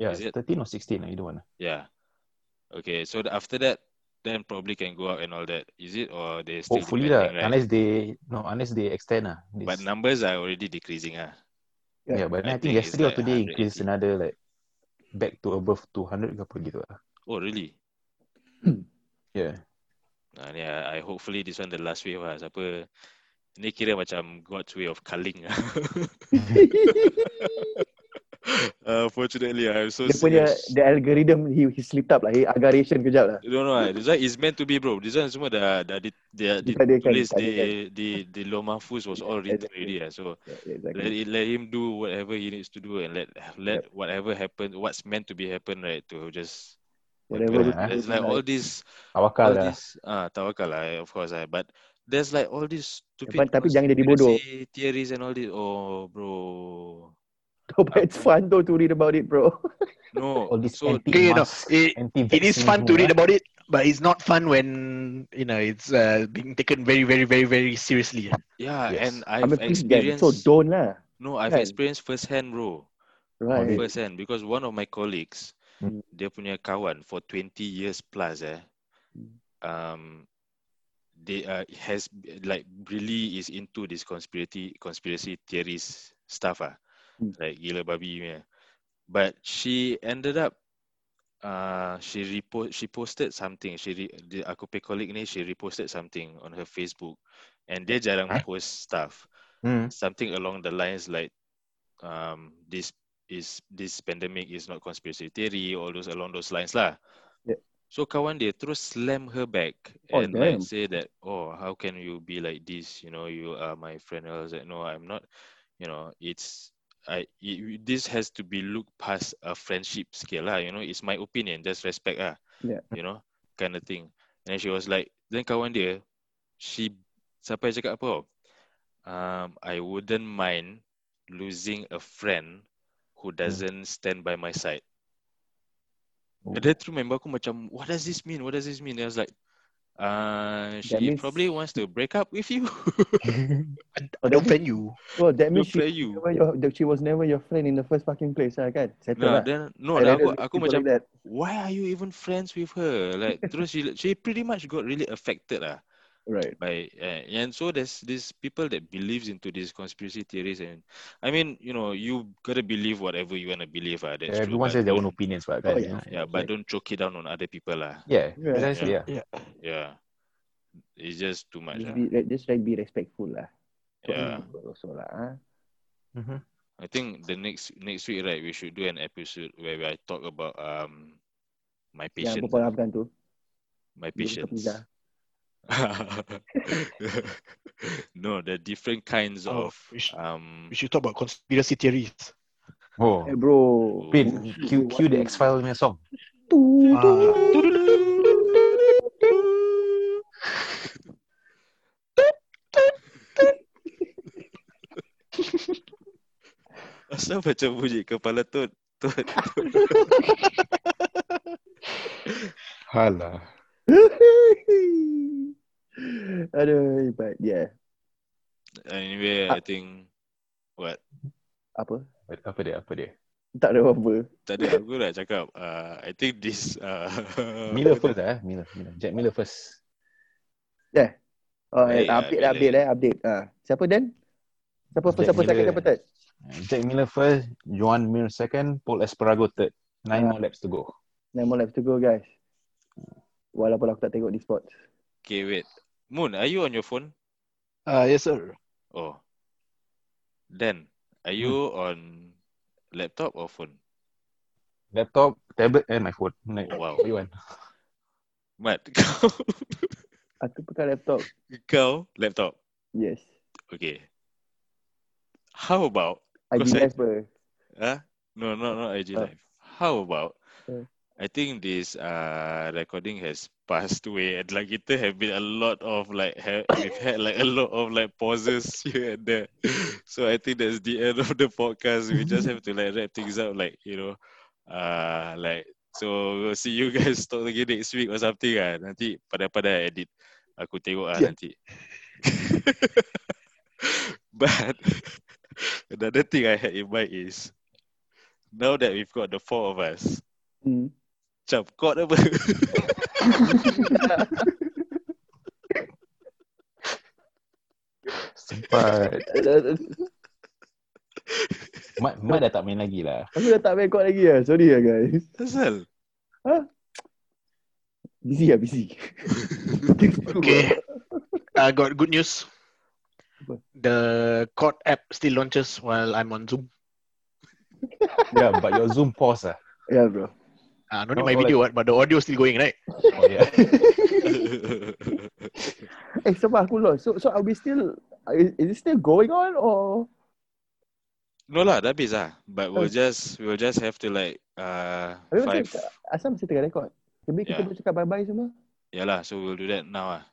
yeah, is it? 13 or lah, 16, I don't know. Yeah. Okay. So the- after that, then probably can go out and all that. Is it or they still Hopefully lah, depending, right? unless they no, unless they extend lah. this- But numbers are already decreasing ah. yeah, but I then I think think it's yesterday or like today increase 180. another like back to above 200 ke apa gitu lah. Oh really? Yeah. Nah, ni, ah, I hopefully this one the last wave lah. Siapa ni kira macam God's way of culling ah. Uh, Unfortunately, I'm so Dia punya serious. the algorithm he, he slipped up lah. He aggravation kejap lah. No no, ah. this one is meant to be bro. This one semua dah dah di, dah Dia tak ada kan, ditulis tak ada kan. di di di Loma Fus was all written Exactly. already ah. So Yeah, exactly. let it, let him do whatever he needs to do and let let whatever happen what's meant to be happen right to just Whatever Yeah, we there's do like all tonight. this all Awakal lah. this ah tawakal lah of course ah but there's like all this stupid Tapi- tapi jangan jadi bodoh. conspiracy theories and all this oh bro But it's fun though to read about it, bro. no All this so anti Okay, no. It, anti lah. it is fun to read about it, but it's not fun when you know it's uh, being taken very, very, very, very seriously. yeah Yes. and I I've mean, please, yeah, experienced so don't lah. no I've kan? experienced first hand bro Right. first hand because one of my colleagues Hmm. dia punya kawan for 20 years plus eh um they uh, has like really is into this conspiracy conspiracy theories stuff ah Hmm. like gila babi punya but she ended up uh she repost she posted something she re, the, aku pay colleague ni she reposted something on her Facebook and dia jarang Huh? post stuff Hmm. something along the lines like um, this is this pandemic is not conspiracy theory, all those along those lines lah. Yeah. So kawan dia terus slam her back Oh, and like damn. say that, oh, how can you be like this? You know, you are my friend. And I was like, no, I'm not. You know, it's I. It, this has to be looked past a friendship scale lah. You know, it's my opinion. Just respect ah. Yeah. You know, kind of thing. And then she was like, then kawan dia, she siapa yang cakap apa? tau? Um, I wouldn't mind losing a friend who doesn't stand by my side. Oh. And then through member aku macam, what does this mean? What does this mean? And I was like, uh, she That means- probably wants to break up with you. Oh, I that don't means, offend you. well, that to means she, play you. never your, that she was never your friend in the first fucking place lah kan? Settle Nah, lah. then no, I dah rather aku aku people macam like that. why are you even friends with her? Like terus she she pretty much got really affected lah. Right. by uh, and so there's these people that believes into these conspiracy theories and I mean you know you gotta believe whatever you wanna believe ah that's true, Everyone but says their own don't- opinions but Oh, kan. yeah. yeah but don't choke it down on other people lah Yeah, Yeah. precisely yeah. yeah it's just too much lah. Just be, like, just like be respectful lah. To other yeah people Also lah. ah. Mhm. I think the next next week right we should do an episode where I talk about um my Yang patience perempuan Afghan tu. my Dia macam patience Oh. pizza. no the different kinds Oh, of we should- um We should talk about conspiracy theories. Oh, Hey Eh, bro. Pin, cue, cue the X-File punya song. Ah, Asal macam bunyi kepala tu tu Halah. Aduh, but yeah. Uh, Anyway I think Apa? Apa dia, apa dia? Tak ada apa-apa. Tak ada aku nak cakap uh, I think this uh, Miller first lah, eh. Miller, Miller. Jack Miller first. Oh, Baik lah, update baik lah, update lah, update. Ah, siapa Dan? Siapa first, Jack siapa second, Miller. siapa third? Jack Miller first, Joan Mir second, Paul Esparago third. Ah. Nine more laps to go. Nine more laps to go, guys. Walaupun aku tak tengok di spot. Okay wait Moon are you on your phone? Uh, yes, sir. Oh Dan Are Hmm. you on laptop or phone? Laptop, tablet and my phone. Like, Oh, wow. what Eh, you want? Mat kau Aku pakai laptop. Kau laptop Yes. Okay How about IG Because I- Live apa? Huh? No, no, not IG Uh. Live. How about? Uh. I think this uh, recording has passed away, and like it have been a lot of like ha- we've had like a lot of like pauses here and there. So I think that's the end of the podcast. We just have to like wrap things up, like you know, uh, like so we'll see you guys talk again next week or something. Ah, nanti pada pada edit aku tengok ah Yeah. nanti. But another thing I had in mind is now that we've got the four of us, Hmm. macam kau apa? Sempat. Mat, Mat dah tak main lagi lah. Aku dah tak main record lagi lah. Sorry lah guys. Asal? Busy lah, busy. Okay. I got good news. Apa? The court app still launches while I'm on Zoom. Ya. Yeah, but your Zoom pause lah. Yeah Ya, bro. Ah, not in Oh, my oh, video, what, but the audio still going, right? Oh, yeah. Eh, sebab aku lost. So, so are we still, is, is it still going on or? no lah, dah habis lah. ah. But Oh. we'll just we'll just have to like uh, Habis five. macam Asal masih tengah rekod? Tapi kita Yeah. boleh cakap bye-bye semua. Yeah lah, so we'll do that now ah.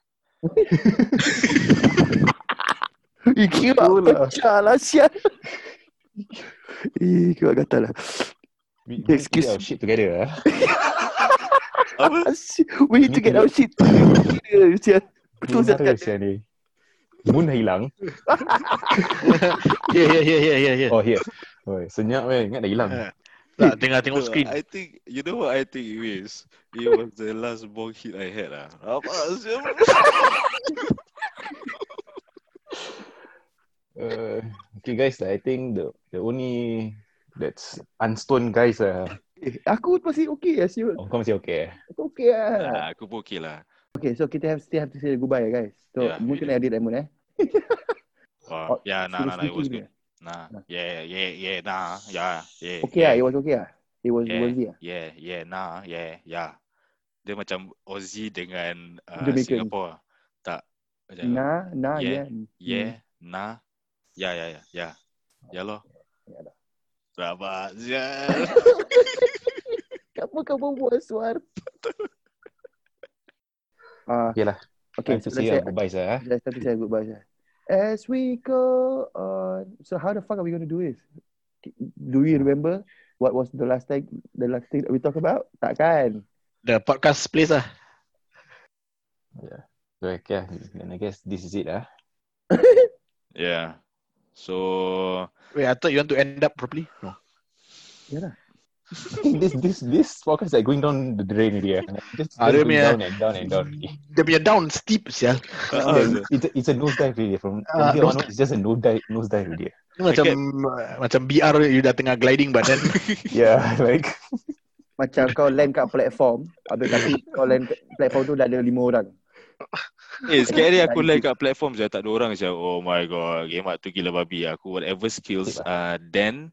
Eh, kira Itulah. pecah lah, sial. Eh, kira gatal lah. We, we need to Excuse get our shit together lah. Apa? Asyik, We need to get our shit. Kira, sial. Betul Hmm, Betul sial saya cakap. cakap ni. Moon dah hilang. Yeah, yeah, yeah, yeah, yeah, Ya. yeah. Oh, here. Oh, senyap eh. Ingat dah hilang. Ah. Tak, tengah tengok No, screen. I think you know what I think it is. It was the last ball hit I had ah. lah. Apa? siapa? Uh, okay guys, I think the the only that's unstone guys lah. Eh, Aku masih okay lah, sial. Oh, kau masih okay eh? Aku okay lah. Ah, aku pun okay lah. Okay, so kita have, still have to say goodbye eh, guys. So, Yeah, Moon yeah. kena edit Moon eh. Wow. Oh, Yeah, nah, nah, nah, it was good. Seriously, Nah, yeah, yeah, yeah, nah, yeah, yeah. Okay lah, yeah, it was okay lah. It was Yeah. worthy lah. Yeah, yeah, nah, yeah, yeah. Dia macam Aussie dengan uh, Jamaican. Singapore. Tak. Macam, Nah, nah, yeah. Yeah. Yeah, nah. Ya, ya, ya, ya. Ya loh. Ya lah. Rabak. Ya. Kenapa kau buat suara? Ah, Yelah. Okay, I have so to let's say say, our goodbyes lah. eh. let's start to say goodbye. Syah. As we go on. So how the fuck are we going to do this? Do we remember what was the last thing the last thing that we talked about? Tak kan? The podcast place lah. So, okay, then I guess this is it lah. Yeah. So, Wait, I thought you want to end up properly. No. I think this this this podcast like going down the drain here. Just, just Ah, dia going punya- down and down and down. Dia punya down steep sial. Ah, Yeah, it's a, it's a nose dive really. From, from Ah, here nose on, it's just a nose dive nose dive really. Ni macam uh, macam BR you dah tengah gliding but then Yeah, like Macam kau land kat platform, habis tapi kau land kat platform tu dah ada lima orang. eh, sekali aku live kat platform saya tak ada orang macam, oh my god, game tu gila babi. Aku whatever skills uh, Dan,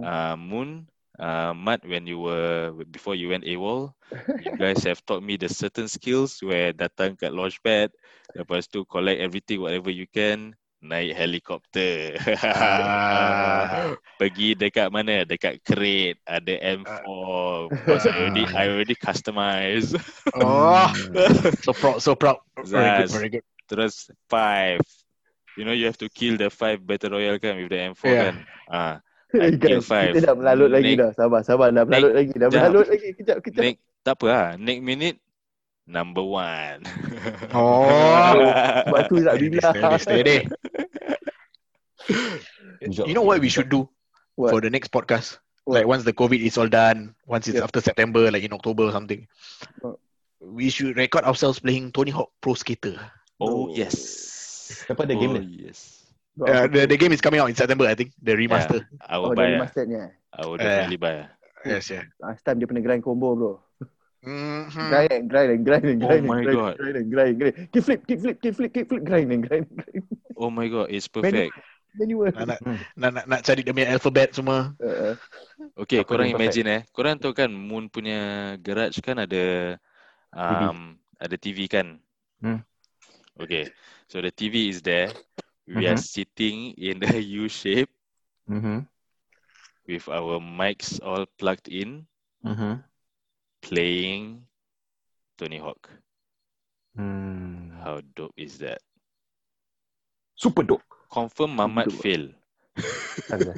uh, Moon, uh, Matt, when you were before you went AWOL, you guys have taught me the certain skills where datang kat launchpad, lepas tu collect everything whatever you can, naik helikopter. Ah. Pergi dekat mana? Dekat crate, ada M4. Because I already I already customize. oh so proud so proud. Very good, Zaz. very good. Terus five. You know you have to kill the five battle royale kan with the M4 Yeah. kan. Ah, I kill Guys, five. Kan? kita dah melalut lagi Next- dah. Sabar, sabar. Dah melalut lagi. Dah Jap. melalut lagi. Kejap, kejap. Next, tak apa lah. Next minute, number one. Oh. Sebab tu tak bilang. Steady, steady. You know what we should do What? for the next podcast? What? Like once the COVID is all done, once it's Yeah. Oh. after September, like in October or something, What? we should record ourselves playing Tony Hawk Pro Skater. oh, No. yes. Apa the game oh, dia? yes. Uh, the, the game is coming out in September, I think. The remaster. I Oh, will dah buy. ah. remasterednya. I will Yeah. definitely Eh. buy. ah. Yes, yeah. Last time dia pernah grind combo bro. Mhm. Grind and grind and grind and Oh grind and my grind, God. and grind and grind and grind. Kick flip, kick flip, kick flip, kick flip, grind and grind. and grind. Oh my god, it's perfect. Manual. Nak, nak, nak, nak, nak cari dia punya alphabet semua. Uh, Okay, Apa korang yang imagine eh. Korang tahu kan Moon punya garage kan ada um, ada TV kan? Hmm. Mm-hmm. Okay, so the TV is there. We are sitting in a U shape Mm-hmm. with our mics all plugged in Mm-hmm. playing Tony Hawk. Mm. How dope is that? Super dope. Confirm Mamat fail. Asal?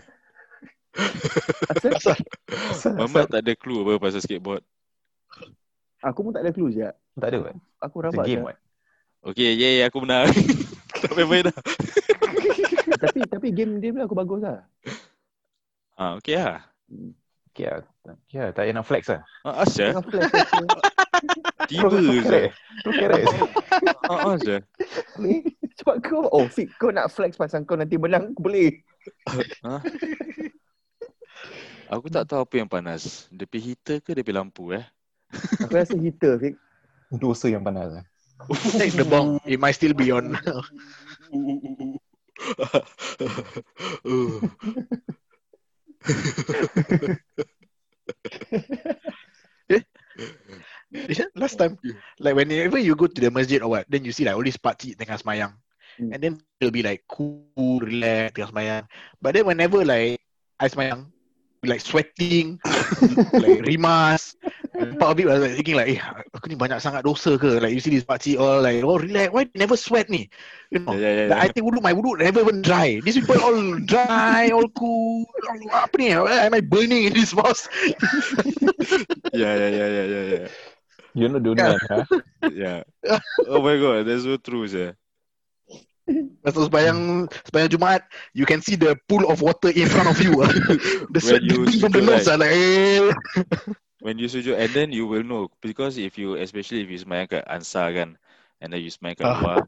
Asal? Mamat tak ada clue apa pasal skateboard. Aku pun tak ada clue je. Tak ada kot. Aku It's a rabak. game sia. kot. Okay, yay, aku menang. tak payah dah. tapi tapi game dia pun aku bagus lah. Ha, okay lah. Okay uh, lah. Okay lah. Tak payah nak flex eh? lah. Ah, Asya, Tengah flash aku. tiba je. Tu kira. Ah, Asya. Eh, Sebab kau, oh Fik, kau nak flex pasal kau nanti menang, aku boleh. Aku tak tahu apa yang panas. Dia pergi heater ke dia pergi lampu eh? Aku rasa heater Fik. Dosa yang panas eh? lah. Take the bomb. It might still be on. Uh. Last time, like whenever you go to the masjid or what, then you see like all these party tengah semayang. Hmm. And then they'll be like cool, relax, tengah semayang. But then whenever like I semayang, be like sweating, like rimas. And part of it was like thinking like, eh, aku ni banyak sangat dosa ke? Like you see this party all like, oh relax, why they never sweat ni? You Ya, know, ya, ya, Like, I ya. think wudu, my wudu never even dry. These people all dry, all cool. All, apa ni? Am I burning in this mosque? Ya, ya, ya, ya, ya, ya. You know doing that, huh? Yeah. Oh my god, that's so true sir. Lepas tu sebayang, sebayang Jumaat, you can see the pool of water in front of you. Where the sweat you dripping from the sujud, nose. ah, Like, eh. When you sujud and then you will know because if you especially if you semayang kat Ansar kan and then you semayang kat Ah. luar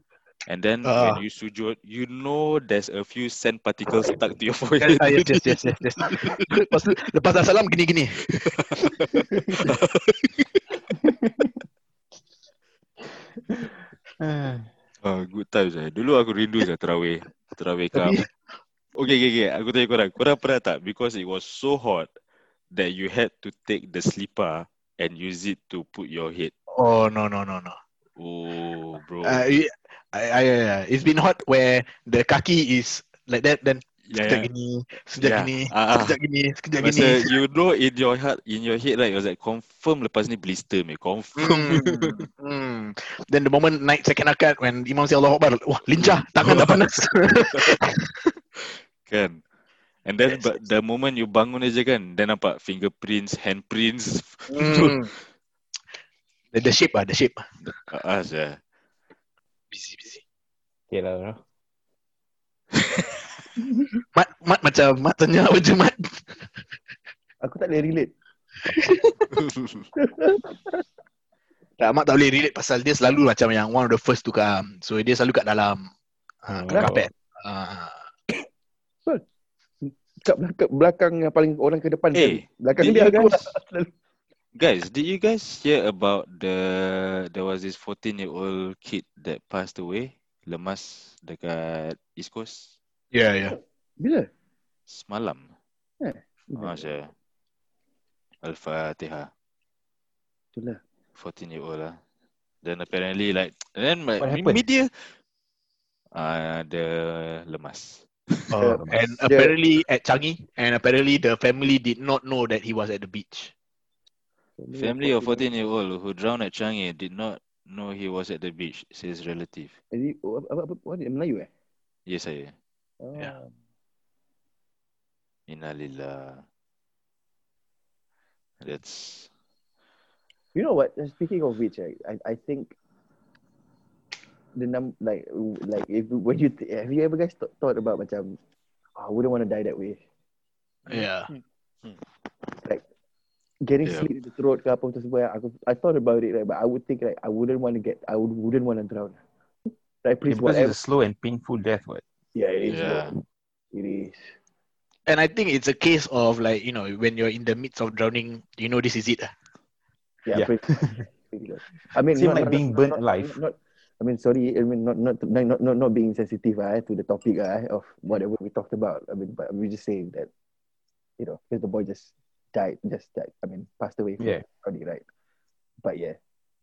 and then Ah. when you sujud you know there's a few sand particles stuck to your Yes, forehead. ah, yes, yes, yes, yes, yes. lepas, tu- lepas dah salam, gini-gini. Ah, good times eh. Dulu aku rindu saya terawih. Terawih kam. Tapi- Okay, okay, okay. Aku tanya korang. Korang pernah tak? Because it was so hot that you had to take the slipper and use it to put your head. Oh, no, no, no, no. Oh, bro. Uh, it- I, I, I, it's been hot where the kaki is like that, then sekejap yeah, yeah. gini, sekejap Yeah. gini, Ya, Ah, ah. sekejap gini, sekejap gini. Masa you know in your heart, in your head right, it was like confirm lepas ni blister meh, confirm. Mm. mm. Then the moment night second akad when Imam say Allahu Akbar, wah lincah, Hmm. tangan dah panas. kan. And then Hmm. Yes, but the moment you bangun aja kan, then nampak fingerprints, handprints. Hmm. mm. the, the shape ah, the shape. Ah, uh, Busy, busy. Okay lah, bro. Mat, mat macam mat tanya apa je mat. Aku tak boleh relate. Tak, mat tak boleh relate pasal dia selalu macam yang one of the first to come. So dia selalu kat dalam uh, kat Oh. kapet. Uh, Kat belakang, belakang yang paling orang ke depan. Eh, belakang did dia you kan. guys- Guys, did you guys hear about the there was this 14-year-old kid that passed away lemas dekat East Coast yeah, yeah. Bila? semalam. Bila? Ah, saya. Al-Fatihah. Itulah. 14-year-old lah. Then apparently like and then my What happened? media ah uh, the lemas. Oh, Uh, Yeah. and apparently at Changi, and apparently the family did not know that he was at the beach. Family of 14-year-old who drowned at Changi did not know he was at the beach, says relative. Jadi, oh, apa, apa, apa, dia Melayu eh? Yes, saya. Oh. Yeah. Innalillah. That's You know what? Speaking of which, I, I, I think the num like like if when you th- have you ever guys th- thought about macam oh, I wouldn't want to die that way. Hmm. Yeah. Getting Yeah. yeah. slit in the throat ke apa tu semua aku I thought about it like but I would think like I wouldn't want to get I would, wouldn't want to drown. Like Yeah, please because whatever. it's a slow and painful death, what? Yeah, it is. Yeah. bro. It is. And I think it's a case of like, you know, when you're in the midst of drowning, you know this is it. Yeah. Yeah. Pretty, pretty good. I mean, Same like being burnt not, alive. Not, I mean, sorry. I mean, not not not not, not, not being sensitive uh, to the topic uh, of whatever we talked about. I mean, but we're just saying that, you know, because the boy just died, just died. I mean, passed away from Yeah. drowning, right? But yeah,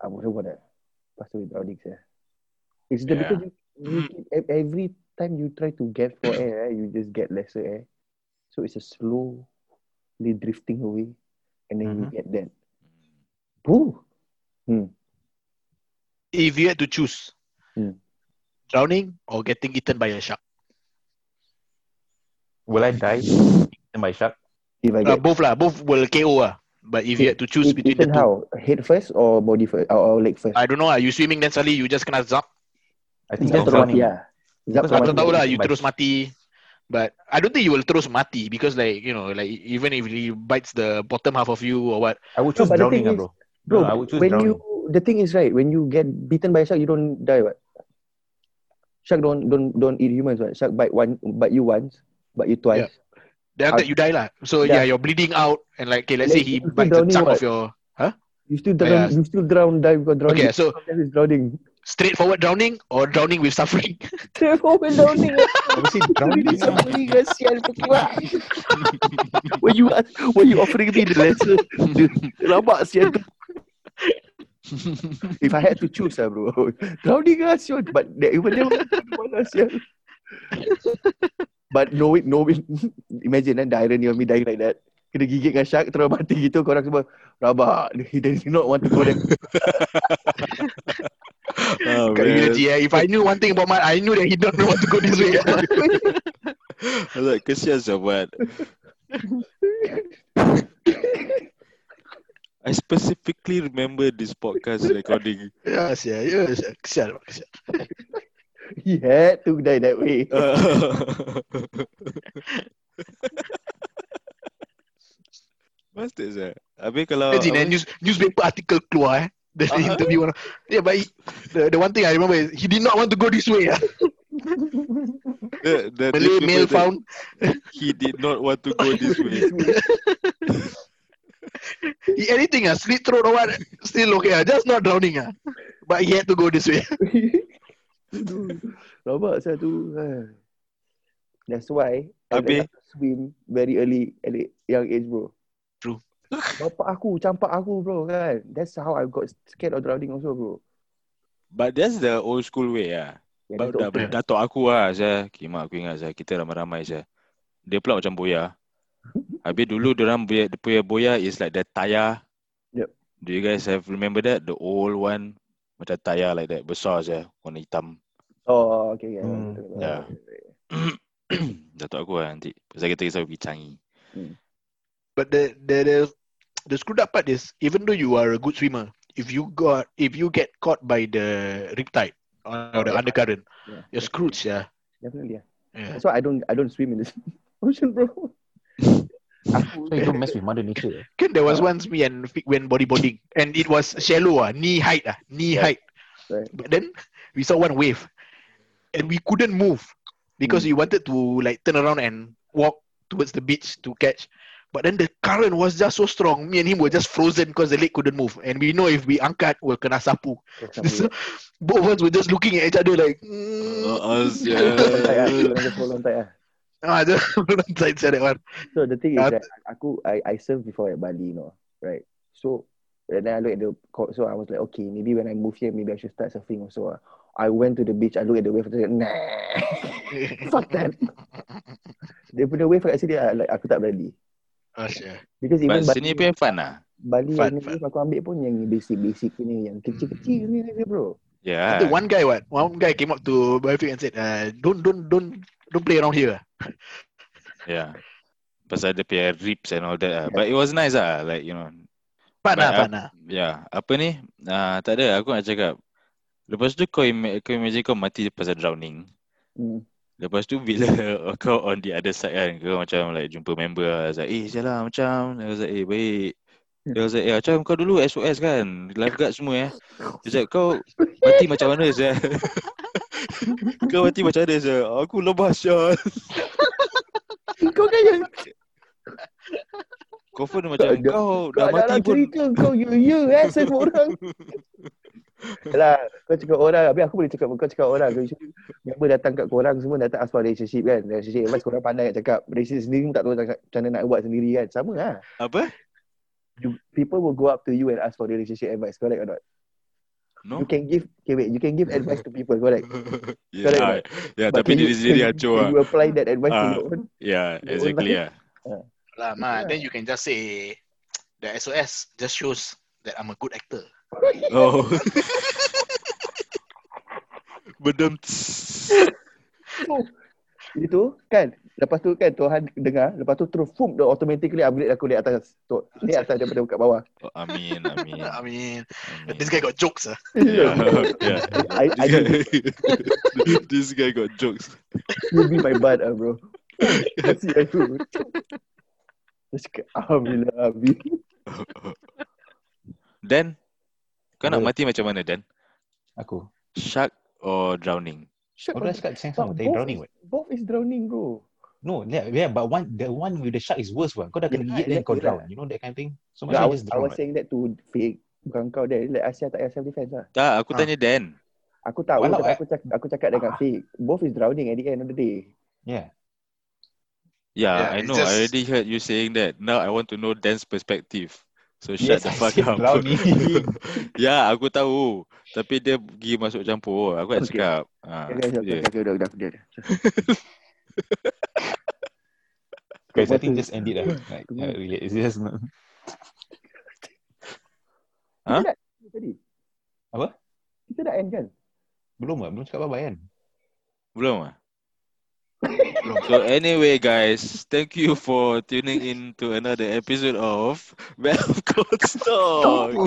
I wouldn't wanna pass away drowning. Yeah. It's the Yeah. because you, you, keep- ev- every time you try to get for air, eh, you just get lesser air. So it's a slow they drifting away, and then you get that. Boo! If you had to choose, Hmm. drowning or getting eaten by a shark, Will I die eaten by shark? If I uh, get both lah, both will KO lah. But if you had to choose it, between between the how two, head first or body first or, or leg first. I don't know lah. You swimming then suddenly you just kena zap. I think Zap I'm terus mati drowning. lah. Zap Because terus Aku mati. tak tahu lah. You But- terus mati. But I don't think you will terus mati because like you know like even if he bites the bottom half of you or what, I would choose No, but the drowning, thing ah, is- bro. Bro, No, I would choose when drowning. you the thing is right, when you get bitten by a shark, you don't die what? Shark don't don't don't eat humans what? Shark bite one bite you once, bite you twice. Yeah. then after I- you die lah. So Yeah. yeah. you're bleeding out and like okay, let's Like, say he you still bites the drowning chunk what? of your You still Oh, drown, yeah. you still drown, die because drowning. okay. So That is drowning. straightforward drowning or drowning with suffering? Straightforward drowning. Obviously, drowning. Really ah. suffering, ah, sial, fucking lah. Why you are- why you offering me the lesson? Rabak sial tu. If I had to choose lah bro Drowning lah sial But that even that one Mana sial But knowing knowing Imagine kan the irony of me dying like that Kena gigit dengan shark Terus mati gitu Korang semua Rabak They they did not want to go there Oh, Kat man. Unity, eh. If I knew one thing about Mat, I knew that he don't know what to go this way. I was like, kesian sia buat. I specifically remember this podcast recording. yes, yeah, yes. yeah. Kesian, kesian. He had to die that way Bastard sia. Habis eh? kalau... Imagine, eh, apa- news, newspaper article keluar, eh. The Uh-huh. interview one. Yeah, but he, the, the one thing I remember is he did not want to go this way. Eh. the, the Malay newspaper male that found. He did not want to go this way. He, anything, ah, slit throat or what, still okay. Ah, Just not drowning. Ah, But he had to go this way. Aduh, Rabak saya tu. Ah. That's why I Habis? like to swim very early at a young age bro. True. Bapak aku campak aku bro kan. That's how I got scared of drowning also bro. But that's the old school way lah. Yeah, But that's da, okay. datuk aku lah saya Kimak aku ingat saya Kita ramai-ramai saya Dia pula macam boya Habis dulu diorang punya, dia punya boya is like the tayar Yep. Do you guys have remember that? The old one Macam tayar like that Besar saya Warna hitam Oh okay yeah. Hmm, yeah. Datuk aku lah nanti Pasal kita kisah pergi Changi But the the the, the screwed up part is even though you are a good swimmer, if you got if you get caught by the riptide or the yeah. undercurrent, Yeah, you're screwed, Oh, yeah. Definitely yeah. yeah. That's why I don't I don't swim in this ocean bro. aku So you don't mess with mother nature. eh. Kan, there was Ah. once me and Fik went bodyboarding and it was shallow, ah, knee height, ah, knee height. Right. But then we saw one wave and we couldn't move because we Hmm. wanted to like turn around and walk towards the beach to catch. But then the current was just so strong. Me and him were just frozen because the leg couldn't move. And we know if we angkat, we'll kena sapu. So, both of us were just looking at each other like, mm. Oh, Lontai lah. sia. Just follow lontai lah. ah, just inside that one. So the thing is Uh, that aku I I served before at Bali, you know, right? So and then I look at the co- so I was like, okay, maybe when I move here, maybe I should start surfing also. ah. I went to the beach, I look at the wave, I said, nah, fuck that. Dia punya wave kat sini, I- like, aku tak berani. Ah, sia. Because even But Bali, sini punya fun lah Bali fun, yang fun. wave aku ambil pun yang basic-basic ni, yang kecil-kecil ni, ni, bro. Yeah The one guy, what? One guy came up to Baifik and said, uh, "Don't, don't, don't, don't play around here." Yeah Pasal dia punya rips and all that lah. But it was nice lah Like you know Fun lah, But, fun lah. Ya, apa ni? Ah, tak ada, aku nak cakap. Lepas tu kau, ima- kau imagine kau mati pasal drowning. Hmm. Lepas tu bila kau on the other side kan, kau macam like jumpa member lah. I was like, eh sialah macam. Dia was like, eh baik. Dia was like, eh macam kau dulu SOS kan? Lifeguard semua eh. Dia like, kau mati macam mana saya? kau mati macam mana saya? Aku lepas ya. Kau kan yang Kau pun macam Tak lah, ada. kau Kau dah mati dalam pun. cerita kau you you eh semua orang. Yalah, kau cakap orang, habis aku boleh cakap kau cakap orang. Kau cakap, member datang kat korang semua datang ask for relationship kan. Relationship advice korang pandai nak cakap. Relationship sendiri pun tak tahu nak- macam mana nak buat sendiri kan. Sama lah. Apa? You, people will go up to you and ask for relationship advice, correct or not? No? You can give, okay wait, you can give advice to people, correct? Ya, yeah, Correct. yeah, Ah, But tapi can diri you- sendiri can- hancur can lah. You apply that advice to Ah. your own. Yeah, Your own exactly yeah. Yeah. Lah, mak, Then you can just say the SOS just shows that I'm a good actor. Oh. Bedam. Itu kan Lepas tu kan Tuhan dengar Lepas tu terus Fum dia automatically upgrade aku Lihat atas tu, Lihat atas daripada kat bawah Oh, amin, amin. I mean, amin. this guy got jokes. ah. yeah, yeah. I, I This guy, this guy got jokes. You be my butt ah bro Kasi aku Dia cakap Alhamdulillah Abi Dan, kau nak Apa? mati macam mana Dan? Aku. Shark or drowning? Syak Orang dah cakap sayang But sama. Tadi both drowning is- what? Both is drowning bro No, yeah, yeah, but one the one with the shark is worse one. Kau dah kena Yeah, gigit then exactly kau lah. drown. You know that kind of thing? So no, I much was, just I drown. was what? saying that to fake Bukan kau dia Like Asia tak payah self defense lah Tak, aku Ah. tanya Dan. Aku tahu Walau Walau, I- aku, cak, aku cakap dengan Ah. fake Both is drowning at the end of the day Yeah. Yeah, Yeah, I it's know. just- I already heard you saying that. Now I want to know Dan's perspective. So shut Yes, the I fuck said up. drowning. yeah, aku tahu. Tapi dia pergi masuk campur. Aku nak Okay. cakap. Ah, Okay, okay, okay, yeah. okay, okay, okay, okay. Guys, I Lepas think tu- just end it lah. Like, Tunggu. uh, relate. It's just not... Ha? Kita dah end tadi. Apa? Kita dah end kan? Belum lah. Belum cakap bye-bye kan? Belum ah? So anyway guys, thank you for tuning in to another episode of Valve Code Talk.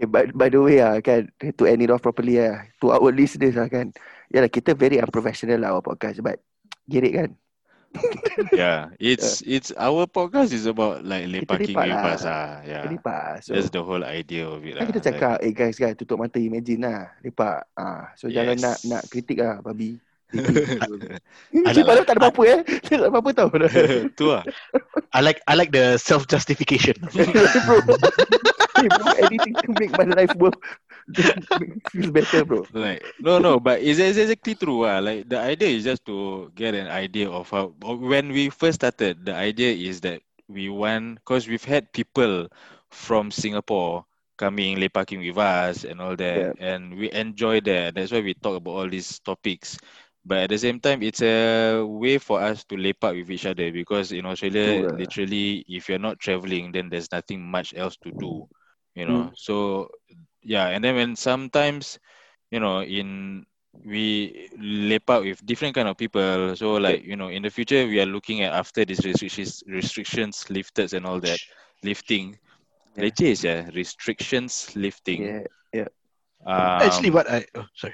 Okay, by, by the way ah kan to end it off properly ah to our listeners ah kan. Yalah kita very unprofessional lah our podcast but gerik kan. yeah, it's it's our podcast is about like lepaking lipat lah. lepas ah. Yeah. Jadi pas. So, That's the whole idea of it lah. kan kita cakap eh guys guys tutup mata imagine lah lepak. Ah so Yes. jangan nak nak kritik lah babi. Alah, Dia padahal tak ah. ada apa-apa eh. Dia tak ada apa-apa tau. Like, tu lah. I like I like the self justification. bro. Hey, bro, anything to make my life worth make me feel better, bro. Like no no, but it's, it's exactly true ah. Like the idea is just to get an idea of how when we first started, the idea is that we want because we've had people from Singapore coming lay parking with us and all that, and we enjoy that. That's why we talk about all these topics. But at the same time, it's a way for us to lay park with each other because in Australia, True lah. literally, if you're not traveling, then there's nothing much else to do, you know. So, yeah, and then when sometimes, you know, in we lay park with different kind of people. So, like you know, in the future, we are looking at after these restrictions, restrictions lifted and all that, lifting. Yeah. Leceh yeah. restrictions lifting. Yeah. Um, Actually, what I oh, sorry.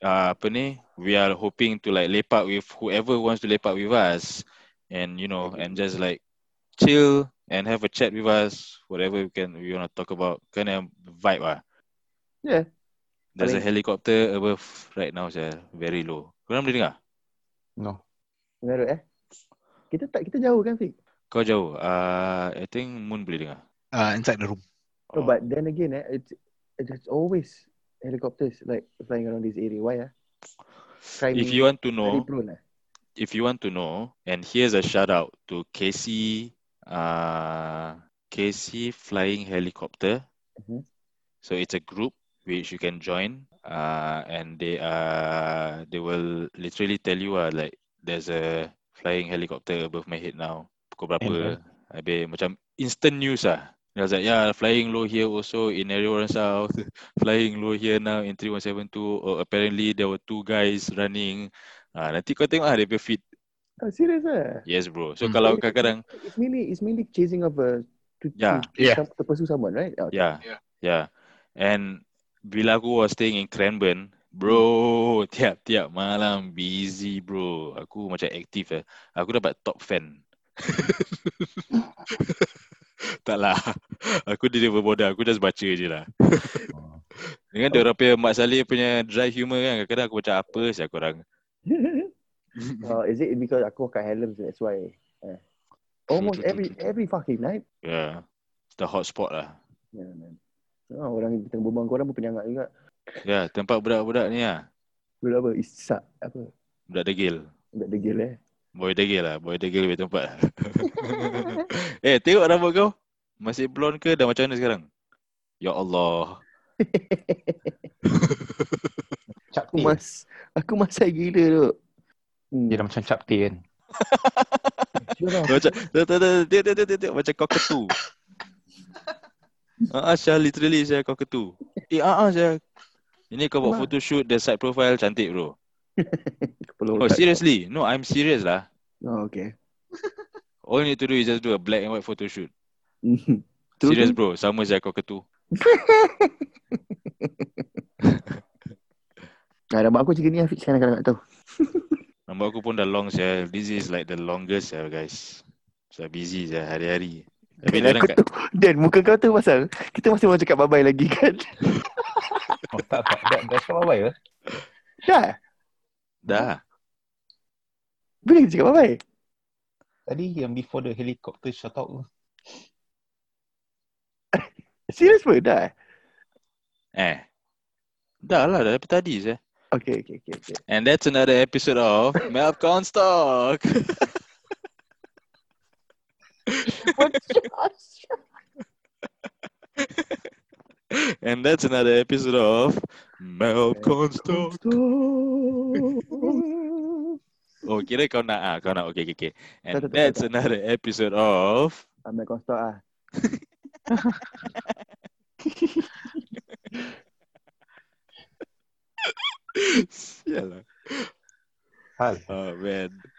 uh, apa ni we are hoping to like lepak with whoever wants to lepak with us and you know and just like chill and have a chat with us whatever we can we want to talk about kind of vibe ah Yeah. there's I a helicopter above right now sir very low kau boleh dengar No. Mengarut eh. Kita tak kita jauh kan, Fik? kau jauh uh, I think Moon boleh dengar Uh, inside the room. Oh. No, but then again, eh, it's there's always helicopters like flying around this area. Why? Eh? Crime if you want to know very prone, eh? if you want to know, and here's a shout out to Casey, uh, Casey Flying Helicopter. Mhm. So it's a group which you can join, uh, and they are they will literally tell you uh, like there's a flying helicopter above my head now. Pukul berapa? Habis macam instant news ah. I was like, yeah, flying low here also in area orang south. flying low here now in 3172. Oh, apparently there were two guys running. Ah, nanti kau tengok lah dia punya feed. Oh, serious ah. Yes bro. So Hmm. kalau kadang-kadang It's mainly it's mainly chasing of a to, Yeah. to, Yeah. some- to pursue someone, right? Oh, yeah. Yeah. Yeah. Ya, And bila aku was staying in Cranbourne, bro, tiap-tiap malam busy bro. Aku macam aktif eh. Aku dapat top fan. tak lah. Aku deliver border. Aku just baca je lah. Dengan dia orang punya Mat Saleh punya dry humor kan. Kadang-kadang aku macam apa sih aku orang. Oh, is it because aku kat Helms, that's why. Eh. Almost true, every true, true. every fucking night. Yeah. It's Ya, the hot spot lah. Yeah, man. Oh, orang tengah berbual korang pun penyangat juga. Ya, yeah, tempat budak-budak ni lah. Budak apa? Isak apa? Budak degil. Budak degil eh. Boy degil lah. Boy degil lebih tempat lah. eh, tengok rambut kau. Masih blonde ke dah macam mana sekarang? Ya Allah. Chuck Aku Taylor. mas aku masai gila tu. Hmm. Dia dah macam capti kan. Sure Dia macam dia, dia, dia, dia, dia, dia, dia, dia, macam cockatoo. Ah, uh, Syah literally saya cockatoo. Eh, ah, uh, Syah. Ini kau buat Wah. photoshoot, the side profile cantik bro. Kepala Oh, otak. seriously? No, I'm serious lah. Oh, okay. All you need to do is just do a black and white photoshoot. Mhm. True, Serious bro, sama saya cockatoo. Nah, nampak Ah, aku cakap ni Afiq sekarang kadang tak tahu. Rambut aku pun dah long saya. This is like the longest saya guys. Saya busy saya hari-hari. Tapi dia orang Aku kat tu, Dan, muka kau tu pasal kita masih mau cakap bye-bye lagi kan? Oh, tak, tak. Dah, dah cakap bye-bye eh. ke? Dah. dah. Bila kita cakap bye-bye? Tadi yang before the helicopter shot out tu. Serius pun? Dah. Eh. Dah lah dah dari tadi saya. Okay, okay, okay. okay. And that's another episode of Melcon Stock. And that's another episode of Melcon Stock. Oh, kira kau nak ah, kau nak. Okay, okay, okay. And Tak, tak, tak, that's tak. another episode of Ambil kau stop lah. Sialah. Hal. Oh man.